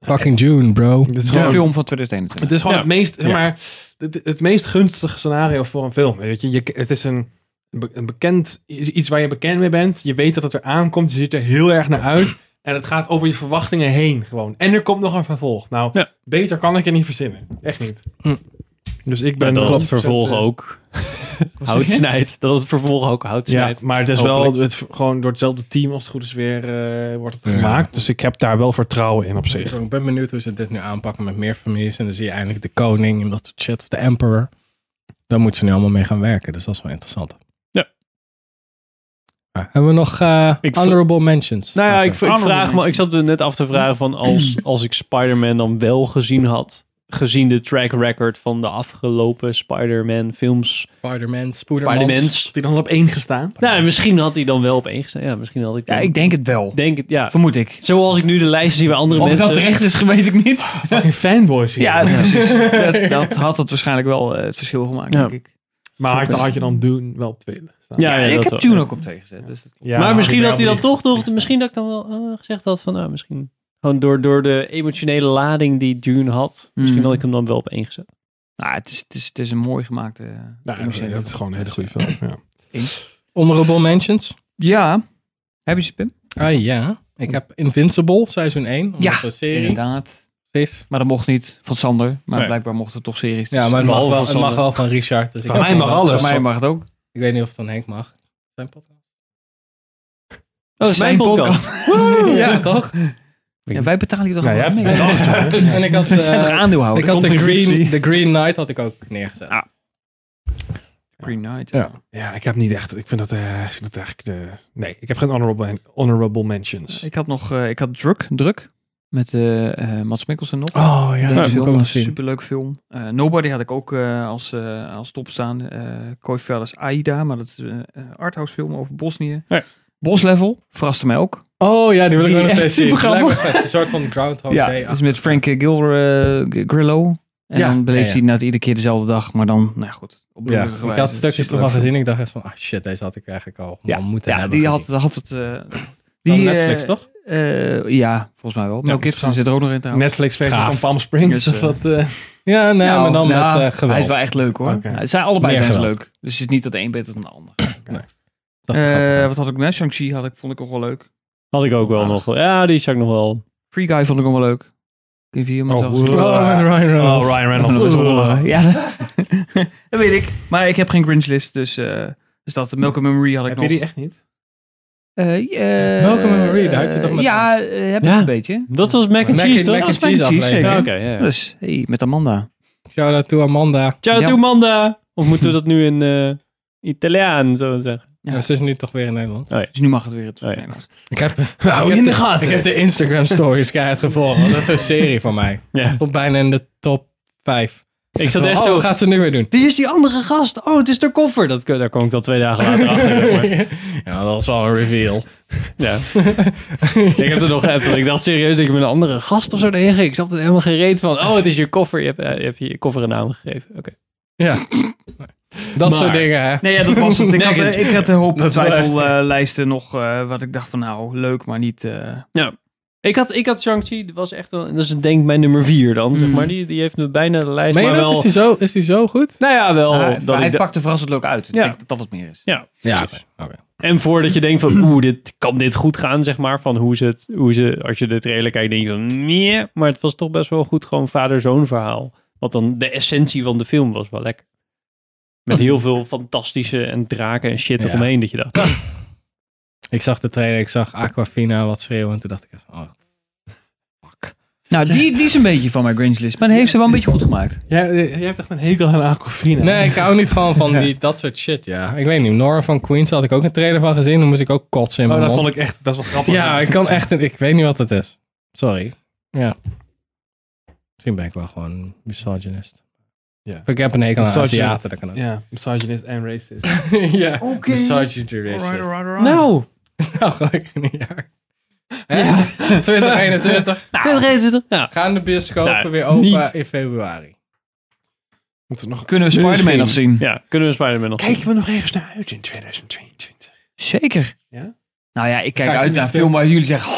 C: Fucking June, bro.
A: Dit is gewoon-
B: Een film van 2021.
A: Het is gewoon
B: Ja.
A: het meest, zeg
B: Ja.
A: maar, het, het meest gunstige scenario voor een film. Weet je, je, het is een, be- een bekend, iets waar je bekend mee bent. Je weet dat het er aankomt. Je ziet er heel erg naar uit. En het gaat over je verwachtingen heen gewoon. En er komt nog een vervolg. Nou, beter kan ik het niet verzinnen. Echt niet. Dus ik ben...
D: Ja, dat het
A: 100%
D: vervolg
A: eh,
D: ook
A: zeg
D: hout
A: je?
D: snijdt. Dat het vervolg ook hout
A: Ja,
D: snijdt.
A: maar het is
D: Hopelijk.
A: wel het, gewoon door hetzelfde team als het goed is weer eh, wordt het
C: Ja.
A: gemaakt. Dus ik heb daar wel vertrouwen in op zich.
C: Ik ben benieuwd hoe ze dit nu aanpakken met meer families. En dan zie je eindelijk de koning en dat soort shit. Of de emperor. Daar moeten ze nu allemaal mee gaan werken. Dus dat is wel interessant.
D: Ja.
C: Ah, hebben we nog eh,
D: Ik vond-
C: honorable mentions?
D: Nou ja,
C: Of
D: ik,
C: zo?
D: ik vraag me, ik zat er net af te vragen van als, als ik Spider-Man dan wel gezien had, gezien de track record van de afgelopen Spider-Man films.
C: Spider-Man, Spoedermans.
D: Spider-Mans.
A: Die dan op één gestaan.
D: Nou, misschien had hij dan wel op één gestaan. Ja, misschien had ik.
B: Ja, ik denk het wel.
D: Denk het, ja.
B: Vermoed ik.
D: Zoals ik nu de lijsten zie bij andere
B: Of
D: mensen.
B: dat terecht is, weet ik niet.
A: Fucking fanboys hier.
B: Ja, precies. dat, dat had het waarschijnlijk wel eh, het verschil gemaakt,
D: Ja.
B: denk ik.
A: Maar had,
B: Top.
A: had je dan Dune wel op twee staan?
D: Ja, ja,
B: ik
D: dat
B: heb
D: wel.
B: Tune ook op tegen gezet. Dus dat klopt.
A: Ja,
D: maar misschien
A: had
D: dat hij
A: wel
D: dan
A: niet
D: toch nog, misschien dat ik dan wel eh, gezegd had van, nou, misschien gewoon door, door de emotionele lading die Dune had, misschien
B: Hmm.
D: had ik hem dan wel op één gezet. Oh,
B: Nou, het, is, het, is, het is een mooi gemaakte... eh,
A: Ja, dat,
B: emotionele
A: dat is gewoon een hele goede film. Ja.
C: Honorable mentions.
B: Ja. Heb je ze, Pim?
C: Ah ja. Ik heb Invincible, seizoen 1. omdat
B: Ja,
C: het een serie.
B: inderdaad.
C: Precies.
B: Maar dat mocht niet van Sander. Maar
C: Nee.
B: blijkbaar mocht het toch series.
C: Ja, maar het mag,
B: Behalve
C: wel, het
B: Sander.
C: mag wel van Richard. Dus ik
B: Van
C: heb
B: mij
C: wel-
B: mag alles. Van mij mag het ook.
C: Ik weet niet of het van Henk mag. Zijn podcast.
B: Oh,
C: Zijn podcast. Woe! Ja, toch?
B: Ja, wij betalen je toch
C: Ja, jij
B: wel
C: hebt
B: mee.
C: het bedacht, hoor. En ik had,
B: We zijn
C: eh,
B: toch aandeelhouder?
C: ik had de
B: Contributie.
C: green, de green Knight had ik ook neergezet.
B: Green Knight.
C: Ja.
A: Ja, ik heb niet echt. Ik vind dat, eh, ik vind dat eigenlijk. De, nee, ik heb geen honorable, honorable mentions.
B: Ik had nog, eh, ik had druk, druk met eh eh Mats Mikkelsen nog.
A: Oh, ja,
B: Die
A: dat moet ik
B: film
A: ook nog
B: was een
A: zien.
B: superleuk film. Eh, Nobody had ik ook eh, als, eh, als top staan. Eh Kooi Velders Aida, maar dat is eh, een arthouse film over Bosnië. Boslevel verraste mij ook.
C: Oh ja, die wil ik wel nog
B: echt
C: steeds zien.
B: super
C: Lijkt me
B: grappig.
C: vet. Een soort van Groundhog
B: Oh, Ja,
C: Day.
B: dat is met Frank eh, Gil, eh, Grillo. En
C: Ja,
B: dan beleeft
C: ja, ja.
B: hij net iedere keer dezelfde dag, maar dan, nou ja, goed. op
C: Ja,
B: bloedige
C: ik
B: wijze.
C: had stukjes
B: Superleuk
C: ervan
B: film.
C: gezien. Ik dacht echt van, ah shit, deze had ik eigenlijk al
B: Ja,
C: al moeten
B: ja
C: hebben.
B: die
C: gezien.
B: had, had het... eh,
C: Netflix,
B: eh,
C: toch?
B: eh, ja, volgens mij wel. Mel
C: dat is
B: Gibson zit er ook nog in trouwens.
A: Netflix-versie
B: Gaaf.
A: van Palm Springs.
B: Dus, nou. eh,
A: of wat, eh,
C: Ja, nee, maar dan
B: nou,
C: met eh geweld.
B: Hij is wel echt leuk hoor.
C: Oké.
B: Hij zijn allebei
C: Meer
B: zijn ze
C: geweld.
B: leuk. Dus het is niet dat de een beter dan de ander.
C: Dat
B: Eh,
C: gaat
B: wat had ik met Shang-Chi? Had ik, vond ik ook wel leuk.
D: Had ik ook wel nog. wel. Ja, die zou ik nog wel.
B: Free Guy vond ik ook wel leuk. Ik heb hier iemand
D: Oh,
B: wel gezien.
D: wow.
C: met Ryan Reynolds.
D: Oh, Ryan Reynolds.
C: eh,
B: Oeh. Ja, dat, dat weet ik. Maar ik heb geen Grinchlist, dus, eh dus dat Milk and Memory had ik
A: heb je
B: nog.
A: die echt niet?
B: Eh, eh,
C: Malcolm and Marie, daar had je toch met-
B: Ja, eh, heb ik
D: Ja.
B: een beetje.
D: Dat was mac and
C: Mac-
D: cheese, toch?
C: mac
D: Dat was
C: and cheese aflevering.
D: zeker.
C: Ja,
D: oké, ja, ja.
B: Dus, hey, met Amanda.
C: Shout-out to Amanda.
D: Ciao
B: Ja.
D: tu manda. Of moeten we dat nu in eh, Italiaan zo zeggen?
C: Ja. Ze is nu toch weer in Nederland.
D: Oh, ja.
B: Dus nu mag het weer het Nederlands.
C: Ik heb,
A: Hou je
C: ik heb
A: in de gaten.
C: Ik heb de Instagram stories keihard gevolgd. want Dat is een serie van mij.
D: Ja.
C: Stond bijna in de top 5.
D: Ik zat echt
C: oh,
D: zo-
C: wat gaat ze nu weer doen?
D: Wie is die andere gast? Oh, het is de koffer. Dat, daar kwam ik dan twee dagen later achter. zeg maar.
C: Ja, dat is wel een reveal.
D: Ja. ik heb er nog geappt. want Ik dacht serieus dat ik met een andere gast of zo tegen. Ik zat er helemaal gereed van. Oh, het is je koffer. Je hebt eh, je, hebt je koffer een naam gegeven. Oké.
C: Ja. Dat
B: Maar-
C: soort dingen, hè?
B: Nee, ja, dat was het. Ik, had, eh, ik had een hoop
C: Dat was echt-
B: twijfellijsten nog, eh, wat ik dacht van nou, leuk, maar niet... eh,
D: Ja. Ik had, ik had Shang-Chi, dat was echt wel, dat is denk ik mijn nummer vier dan, zeg maar. Die, die heeft me bijna de lijst,
C: Meen je
D: Mm. maar
C: dat?
D: wel...
C: Is, die zo, is die zo goed?
D: Nou ja,
C: Oh,
D: wel.
B: Ah,
D: dat
B: hij
D: ik da-
B: pakt er verrassend leuk uit.
D: Ja.
B: Ik denk dat dat het meer is.
D: Ja.
C: Ja,
D: En voordat je denkt van, oeh, dit, kan dit goed gaan, zeg maar. Van hoe ze het, hoe ze, als je de trailer kijkt, denk je van, nee. Maar het was toch best wel goed, gewoon vader-zoon verhaal. Want dan de essentie van de film was wel lekker. Met heel veel fantastische en draken en shit
C: Ja.
D: eromheen, dat je dacht, ah,
C: Ik zag de trailer, ik zag Aquafina wat schreeuwen. En toen dacht ik, echt van, oh,
B: Nou, die, die is een beetje van mijn Grinch list. Maar die heeft ze wel een beetje goed gemaakt.
A: Jij, jij hebt echt een hekel aan Aquafina.
C: Nee, ik hou niet gewoon van
A: Ja.
C: die, dat soort shit, ja. Ik weet niet, Nora van Queens had ik ook een trailer van gezien. Toen moest ik ook kotsen in
A: Oh,
C: mijn
A: dat
C: mond.
A: vond ik echt best wel grappig.
C: Ja, ik kan echt... Ik weet niet wat het is. Sorry. Ja. Misschien ben ik wel gewoon misogynist.
A: Ja.
C: Ik heb een hekel aan
A: Misogyn-
C: Aziaten, dat kan ook.
A: Ja, misogynist en racist.
C: ja,
A: Oké.
C: misogynist.
A: Alright, alright, alright.
C: Nou. Nou, gelukkig een jaar. Ja. 2021.
D: Nou. 2021, ja.
C: Gaan de bioscopen
D: Nou,
C: weer open
D: niet.
C: in februari.
A: Moeten nog...
B: Kunnen we Spider-Man nog zien?
D: Ja, kunnen we Spider-Man nog zien.
A: Kijken we nog ergens naar uit in 2022?
B: Zeker.
A: Ja?
B: Nou ja, ik kijk
C: Ga ik
B: uit
C: niet
B: naar
C: vertellen.
B: een film waar jullie zeggen...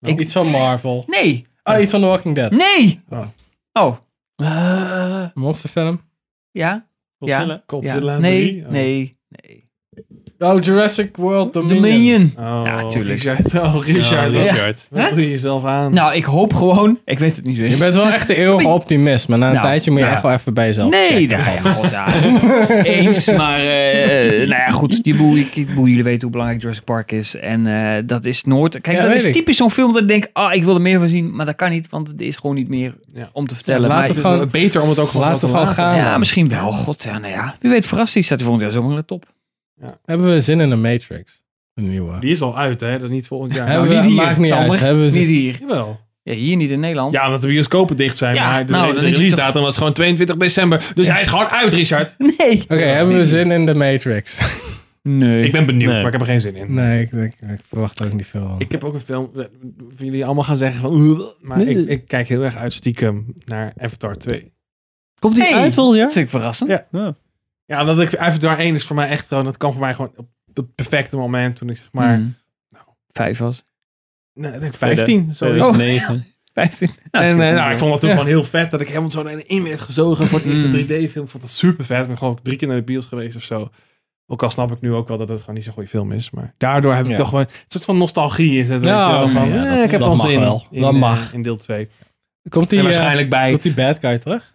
C: Ik... Nou, Iets van Marvel.
B: Nee!
C: Oh, iets van The Walking Dead.
B: Nee!
A: Oh.
B: Oh.
D: Hm?
C: Monsterfilm.
B: ja?
D: Godzilla?
B: Ja?
A: Godzilla
B: ja. Nee,
A: drie? Oh.
B: nee.
C: Oh, Jurassic World Dominion.
B: Dominion.
A: Oh,
B: Ja, tuurlijk.
A: Richard. Oh, Richard.
D: Ja,
A: wat-
D: Richard.
A: Wat doe je jezelf aan?
B: Nou, ik hoop gewoon... Ik weet het niet zo
C: Je
B: eens.
C: bent wel echt de eeuwige optimist, maar na een
B: Nou,
C: tijdje moet je
B: nou.
C: echt wel even bij jezelf
B: Nee,
C: checken.
B: nou ja, god, ja. eens. Maar eh, eh, nou ja, goed, die boel, ik, ik boel, jullie weten hoe belangrijk Jurassic Park is. En eh, dat is nooit... Kijk,
C: Ja,
B: dat
C: weet
B: is
C: ik.
B: typisch zo'n film dat ik denk... Ah, ik wil er meer van zien, maar dat kan niet, want er is gewoon niet meer
A: Ja.
B: om te vertellen.
C: laat
B: Maar-
C: het gewoon-
A: Beter om het ook gewoon
C: Laat
A: te
C: het gewoon
A: laten.
C: gaan.
B: Ja,
C: man.
B: misschien wel. God, ja, nou ja. Wie weet, verrassing staat hij volgend jaar zomaar in de top.
C: Hebben we zin in een Matrix? Een nieuwe.
A: Die is al uit, hè? Dat is niet volgend jaar. Nou,
C: Hebben we- Maakt niet
B: Sander.
C: uit. Hebben we zin-
B: Niet hier.
A: Jawel.
B: Ja, hier niet in Nederland.
A: Ja, omdat de bioscopen dicht zijn.
B: Ja,
A: maar de,
B: nou,
A: de
B: dan is het
A: release datum was gewoon 22 december. Dus hij is gewoon uit, Richard.
B: Nee.
C: Oké, hebben we zin in de Matrix?
B: Nee.
A: Ik ben benieuwd,
D: Nee.
A: maar ik heb er geen zin in.
C: Nee, ik, ik, ik verwacht ook niet veel. van.
A: Ik heb ook een film eh, van jullie allemaal gaan zeggen van... "Ugh", Maar ik, ik kijk heel erg uit stiekem naar Avatar 2.
D: Komt die
B: Hey.
D: uit volgend
B: Dat
D: jaar?
B: is natuurlijk verrassend.
A: Ja. Ja, omdat ik Avatar 1 is voor mij echt gewoon... Dat kan voor mij gewoon op het perfecte moment toen ik zeg maar...
B: Hmm. Vijf was.
A: Nee, ik denk 15, zo iets.
D: 2009.
B: Vijftien.
A: En eh, nou, ik vond dat toen
C: Ja. Hmm.
A: gewoon heel vet dat ik helemaal zo naar in werd gezogen voor het eerste 3D-film. Ik vond dat super vet. Ik ben gewoon ook drie keer naar de bios geweest of zo. Ook al snap ik nu ook wel dat het gewoon niet zo'n goede film is. Maar daardoor heb ik
C: Ja.
A: toch wel een soort van nostalgie. Is het,
C: Ja,
A: weet je wel, van,
C: ja,
A: eh,
C: dat-
A: ik heb
C: dat
A: wel
C: mag
A: zin
C: wel.
A: In,
C: Dat
A: eh,
C: mag.
A: In deel 2.
C: Komt die,
A: en
C: eh,
A: waarschijnlijk bij...
C: komt die bad guy terug?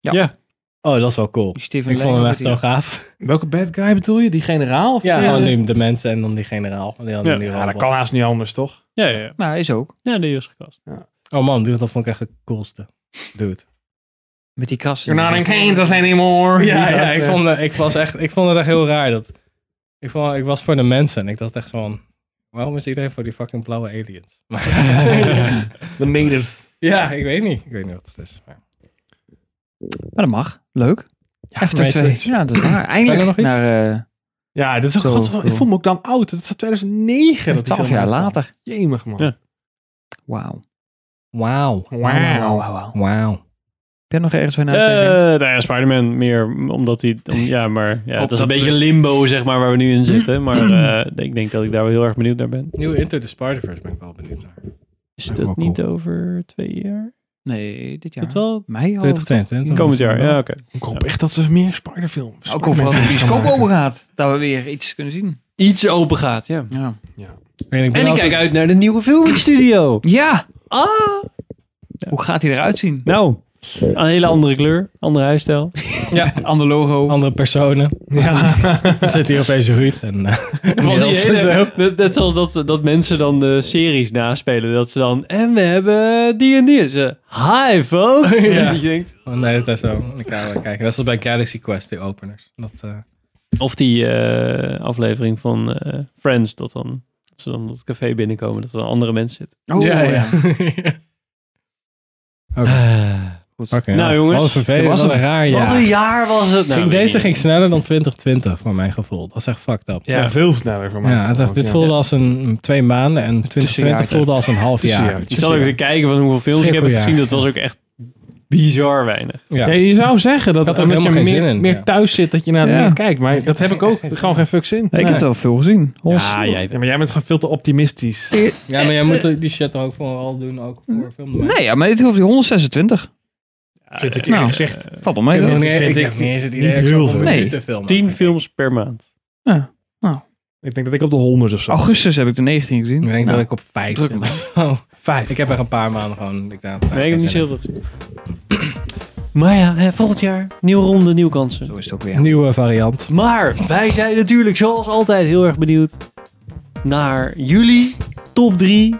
B: Ja.
D: Ja.
C: Oh, dat is wel cool.
B: Die Steven
C: Ik vond hem
B: Lang
C: echt
B: ook
C: zo gaaf.
A: Welke bad guy bedoel je? Die generaal? Of
C: Ja,
A: die,
C: gewoon
A: eh,
C: die- de mensen en dan die generaal. Die hadden
D: Ja.
C: die
A: ja, dat
C: robot.
A: kan haast niet anders, toch?
D: Ja, ja, ja.
B: Nou, is ook.
D: Ja, die is gekast.
C: Oh man, dude, dat vond ik echt de coolste. Dude.
B: Met die krassen.
A: You're not in Kansas anymore.
C: Ja,
A: Die
C: ja
A: gast,
C: ik,
A: eh,
C: vond, eh, ik, was echt, ik vond het echt heel raar. Dat, ik, vond, ik was voor de mensen en ik dacht echt zo van... Waarom is iedereen voor die fucking blauwe aliens? Maar,
A: De natives.
C: ja, ik weet niet. Ik weet niet wat het is. Maar.
B: Maar dat mag. Leuk. After
C: Matrix.
B: 2. Ja, dat is waar.
C: Zijn er nog
B: Eindelijk
C: iets?
B: naar eh,
A: Ja, dit is
B: Zo
A: ook godsnaam- Ik
B: cool.
A: voel me ook dan oud. Dat is 2009. dat die
B: 12
A: film
B: jaar
A: uitkwam.
B: later.
A: Jemig, man.
D: Ja.
B: Wauw.
C: Wauw.
B: Wauw, wauw, wauw.
C: Wauw.
B: Ben je nog ergens weer naar
D: Eh,
B: de
D: nou ja, Spider-Man meer, omdat hij... om- ja, maar ja, dat Mm. is een
B: dat
D: beetje limbo, zeg maar, waar we nu in zitten. Maar eh, ik denk dat ik daar wel heel erg benieuwd naar ben.
C: Nieuw Into the Spider-Verse ben ik wel benieuwd naar.
D: Is
C: Ja,
D: dat
C: wel
D: niet over twee jaar?
B: Nee, dit
D: Is
B: jaar.
D: dat wel?
B: Mei al.
C: 2022.
D: Komend jaar, ja, oké.
A: Ik hoop echt dat ze meer Spider-films.
B: Ook overal de bioscoop open gaat. Dat we weer iets kunnen zien.
D: Iets open gaat, ja.
B: Ja.
C: Ik weet niet, ik ben
D: En ik
C: altijd-
D: kijk uit naar de nieuwe filmstudio.
B: Ja. Ah. Hoe gaat hij eruit zien?
D: Nou, een hele andere kleur, andere huisstijl.
C: Ja,
B: Ander logo.
C: andere personen. Dan zit hier opeens Ruud en eh,
D: Want die
C: Niels en zo.
D: hele- net, net zoals dat, dat mensen dan de series naspelen. Dat ze dan, en we hebben die en die. Ze, Hi folks.
C: Ja.
D: En je denkt,
C: Oh, nee, dat is zo. Ik ga wel kijken. Dat is als bij Galaxy Quest, die openers. Dat, eh,
D: Of die eh, aflevering van eh, Friends, dat, dan, dat ze dan dat café binnenkomen, dat er dan andere mensen zitten.
B: Oh,
C: Oké.
B: Goed.
C: Oké,
D: Nou, jongens,
C: Wat een vervelend,
D: er was
C: wat een raar jaar.
D: jaar was het
C: Ging- deze ging sneller dan 2020, voor mijn gevoel. Dat is echt fucked up.
A: Ja, veel sneller voor mij.
C: Ja, het is echt- dit voelde als een twee maanden en 2020
B: Tussenjaartje.
C: voelde als een half jaar.
A: Tussenjaartje.
D: Ik zat ook te kijken van hoeveel films ik heb
C: Schrikkeljaar.
D: gezien. Dat was ook echt bizar weinig.
A: Ja. je zou zeggen dat
D: had er
A: omdat je
D: helemaal geen
A: meer,
D: zin in,
A: meer
D: ja.
A: thuis zit, dat je naar
D: Ja.
A: meer kijkt. Maar dat heb ik ook. Gewoon geen fuck zin.
B: Ik heb er al veel gezien.
A: Ja, jij, maar jij bent gewoon veel te optimistisch.
C: Ja, maar jij moet die shit toch ook vooral doen, ook voor film.
B: Nee, ja, maar dit hoeft die 126.
A: Vind ik
B: Nou,
A: eerlijk gezegd.
D: Eh,
B: Valt wel mee.
C: Vind
B: hoor.
C: ik- vind ik niet eens het idee dat ik zo'n
B: Nee.
C: minuten film
D: Tien films per maand.
B: Ja, nou.
A: Ik denk dat ik op de 100 of zo.
B: Augustus heb ik de 19 gezien.
C: Ik denk
B: Nou,
C: dat ik op vijf
B: druk man.
C: zit. Oh, vijf. Ik heb er een paar maanden gewoon. Ik dacht,
D: Nee, ik heb niet zoveel gezien. Maar ja, hè, volgend jaar. Nieuwe ronde, nieuwe kansen. Zo
B: is het ook weer.
C: Nieuwe variant.
D: Maar wij zijn natuurlijk zoals altijd heel erg benieuwd naar jullie top 3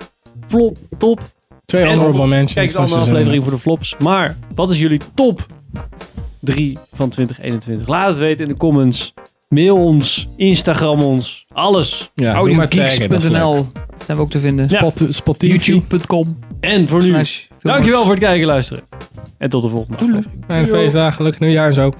D: flop, top.
C: Twee
D: En
C: honorable
D: op-
C: mentions,
D: Kijk, de andere
C: zoals je
D: aflevering
C: zei.
D: voor de flops. Maar wat is jullie top 3 van 2021? Laat het weten in de comments. Mail ons, Instagram ons, alles.
C: Ja, doe maar taggen, dat is
B: Geeks.nl zijn we ook te vinden.
C: Spot, Spotify.
B: YouTube.com.
D: En voor nu,
B: Slash
D: dankjewel voor het kijken en luisteren. En tot de volgende aflevering.
C: Fijne feestdagen, gelukkig nieuwjaar en zo.